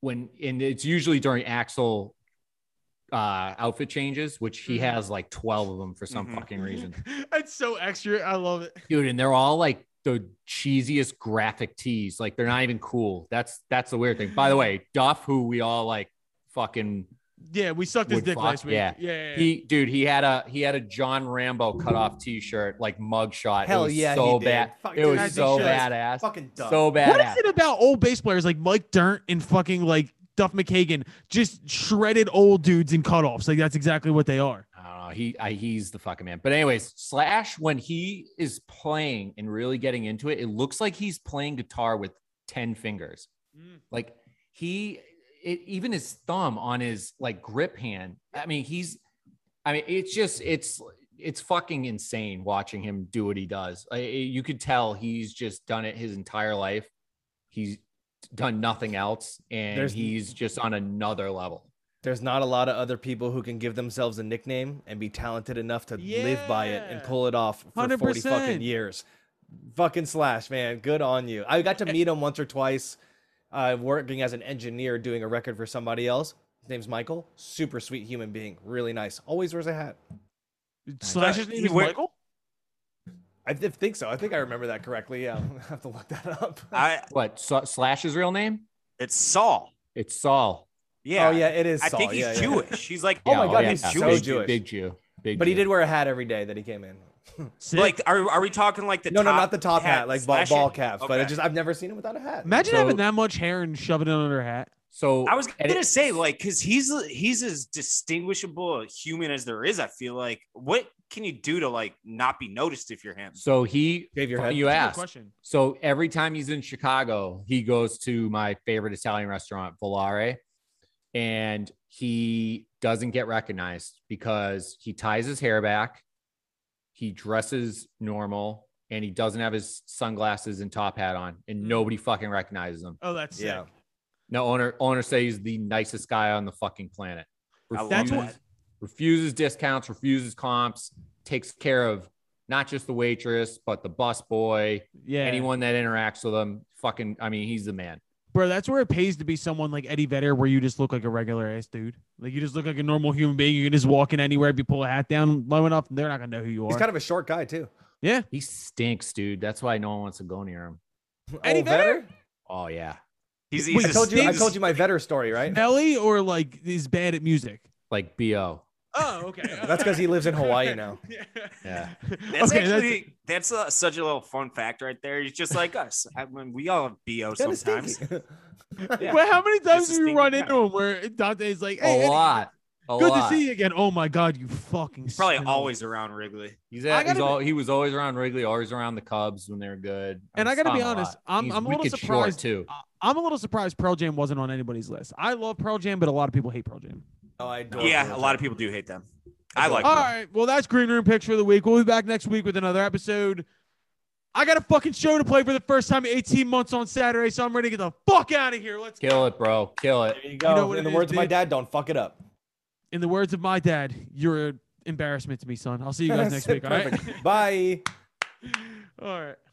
Speaker 6: when, and it's usually during Axel uh, outfit changes, which he
Speaker 2: Mhm.
Speaker 6: has like 12 of them for some
Speaker 5: Mhm.
Speaker 6: fucking reason
Speaker 2: That's so extra. I love it.
Speaker 6: dude and they're all like the cheesiest graphic tees like they're not even cool that's that's the weird thing by the way duff who we all like fucking
Speaker 2: Yeah, we sucked his
Speaker 6: Would
Speaker 2: dick
Speaker 6: fuck,
Speaker 2: last week.
Speaker 6: yeah.
Speaker 2: yeah, yeah.
Speaker 6: he dude he had a he had a john rambo cut off t-shirt like mugshot
Speaker 3: Hell
Speaker 6: it was
Speaker 3: yeah,
Speaker 6: so
Speaker 3: he did.
Speaker 6: bad
Speaker 3: Fuck,
Speaker 6: it
Speaker 3: dude,
Speaker 2: that
Speaker 6: was so
Speaker 2: t-shirt is
Speaker 6: badass
Speaker 3: Fucking dumb.
Speaker 6: so
Speaker 2: What
Speaker 6: badass
Speaker 2: is it about old bass players like Mike Dirnt and fucking like Duff McKagan, just shredded old dudes in cutoffs? Like that's exactly what they are.
Speaker 6: I don't know. Uh, He I, he's the fucking man. But anyways, Slash when he is playing and really getting into it, it looks like he's playing guitar with ten fingers.
Speaker 2: Mm.
Speaker 6: Like he, it, even his thumb on his like grip hand. I mean, he's. I mean, it's just it's it's fucking insane watching him do what he does. I- I- you could tell he's just done it his entire life. He's done nothing else, and
Speaker 3: There's-
Speaker 6: he's just on another level.
Speaker 3: There's not a lot of other people who can give themselves a nickname and be talented enough to live by it and
Speaker 2: Yeah.
Speaker 3: pull it off for 40 fucking
Speaker 2: 100%.
Speaker 3: years. Fucking slash, man. Good on you. I got to meet him once or twice uh, working as an engineer doing a record for somebody else. His name's Michael. Super sweet human being. Really nice. Always wears a hat.
Speaker 2: Slash's name
Speaker 5: He
Speaker 2: is
Speaker 5: wear-
Speaker 2: Michael.
Speaker 3: I thi- think so. I think I remember that correctly. Yeah. I have to look that up.
Speaker 5: I
Speaker 6: What Sa- Slash's real name?
Speaker 5: it's Saul.
Speaker 6: It's Saul.
Speaker 5: Yeah.
Speaker 3: Oh, yeah, it is.
Speaker 5: I
Speaker 3: Saul.
Speaker 5: think he's
Speaker 3: Yeah, yeah.
Speaker 5: Jewish. He's like,
Speaker 3: Oh my God,
Speaker 5: yeah,
Speaker 3: he's so
Speaker 5: Jewish.
Speaker 6: Big-
Speaker 3: Jewish.
Speaker 6: Big Jew. Big
Speaker 3: But he
Speaker 6: Jew.
Speaker 3: did wear a hat every day that he came in.
Speaker 2: Sick.
Speaker 5: Like, are, are we talking like the
Speaker 3: No,
Speaker 5: top
Speaker 3: no, not the top hat, like ball,
Speaker 5: Slash
Speaker 3: ball
Speaker 5: it?
Speaker 3: caps. But I
Speaker 5: Okay.
Speaker 3: just I've never seen him without a hat.
Speaker 2: imagine
Speaker 6: so-
Speaker 2: having that much hair and shoving it under a hat.
Speaker 6: So
Speaker 5: I was
Speaker 6: and
Speaker 5: gonna
Speaker 6: it-
Speaker 5: say like because he's he's as distinguishable a human as there is. I feel like what can you do to like not be noticed if you're him?
Speaker 6: So he.
Speaker 3: Shave your
Speaker 6: funny
Speaker 3: head.
Speaker 6: You
Speaker 2: That's a good
Speaker 6: asked.
Speaker 2: question.
Speaker 6: So every time he's in Chicago, he goes to my favorite Italian restaurant, Volare, and he doesn't get recognized because he ties his hair back, he dresses normal, and he doesn't have his sunglasses and top hat on, and
Speaker 3: Hmm.
Speaker 2: Mm.
Speaker 6: nobody fucking recognizes him.
Speaker 2: Oh, that's sick.
Speaker 3: Yeah.
Speaker 6: No owner owner say he's the nicest guy on the fucking planet.
Speaker 5: I love
Speaker 2: That's
Speaker 6: Refuses-
Speaker 2: what-
Speaker 6: refuses discounts, refuses comps, takes care of not just the waitress but the bus boy,
Speaker 2: yeah.
Speaker 6: anyone that interacts with him. Fucking, I mean, he's the man.
Speaker 2: bro, that's where it pays to be someone like Eddie Vedder, where you just look like a regular ass dude. Like you just look like a normal human being. You can just walk in anywhere. If you pull a hat down low enough, they're not gonna know who you are.
Speaker 3: He's kind of a short guy too.
Speaker 6: He stinks, dude. That's why no one wants to go near him.
Speaker 2: Any
Speaker 3: Old Vetter?
Speaker 6: Oh yeah,
Speaker 5: He's,
Speaker 2: Wait,
Speaker 5: he's
Speaker 3: I told you I
Speaker 5: he's-
Speaker 3: told you my Vetter story, right?
Speaker 2: Melly or like is bad at music.
Speaker 6: like bo.
Speaker 2: Oh, okay.
Speaker 3: That's because he lives in Hawaii now.
Speaker 6: Yeah.
Speaker 5: That's
Speaker 2: okay,
Speaker 5: actually that's, uh such a little fun fact right there. He's just like us. I mean, we all have bo
Speaker 3: Kinda
Speaker 5: sometimes.
Speaker 3: stinky.
Speaker 5: Yeah.
Speaker 2: Well, how many times
Speaker 5: Just a
Speaker 2: do we
Speaker 5: stinky
Speaker 2: run
Speaker 5: guy.
Speaker 2: into him where Dante's like, "Hey,
Speaker 6: a
Speaker 2: Eddie,
Speaker 6: lot. A
Speaker 2: good
Speaker 6: lot.
Speaker 2: to see you again." Oh my god, you fucking.
Speaker 5: He's probably
Speaker 2: smell.
Speaker 5: always around Wrigley.
Speaker 6: He's,
Speaker 2: I
Speaker 6: at, he's
Speaker 2: gotta be-
Speaker 6: all, he was always around Wrigley, always around the Cubs when they were good.
Speaker 2: And I gotta
Speaker 6: saw
Speaker 2: be
Speaker 6: him a lot.
Speaker 2: honest, I'm-
Speaker 6: He's
Speaker 2: I'm a little
Speaker 6: wicked
Speaker 2: surprised-
Speaker 6: short, too.
Speaker 2: I- I'm a little surprised Pearl Jam wasn't on anybody's list. I love Pearl Jam, but a lot of people hate Pearl Jam.
Speaker 3: Oh, I adore
Speaker 5: Yeah,
Speaker 3: Vetter.
Speaker 5: a lot of people do hate them. I like.
Speaker 2: All
Speaker 5: Them.
Speaker 2: right. Well, that's Green Room Picks for the week. We'll be back next week with another episode. I got a fucking show to play for the first time in 18 months on Saturday, so I'm ready to get the fuck out of here. Let's go.
Speaker 6: Kill it, bro. Kill it.
Speaker 3: There you go.
Speaker 5: Oh,
Speaker 2: know what
Speaker 3: In
Speaker 2: it
Speaker 3: the
Speaker 2: is,
Speaker 3: words of my
Speaker 2: dude?
Speaker 3: dad, don't fuck it up.
Speaker 2: In the words of my dad, you're an embarrassment to me, son. I'll see you guys next week. All right.
Speaker 3: Perfect. Bye.
Speaker 2: all right.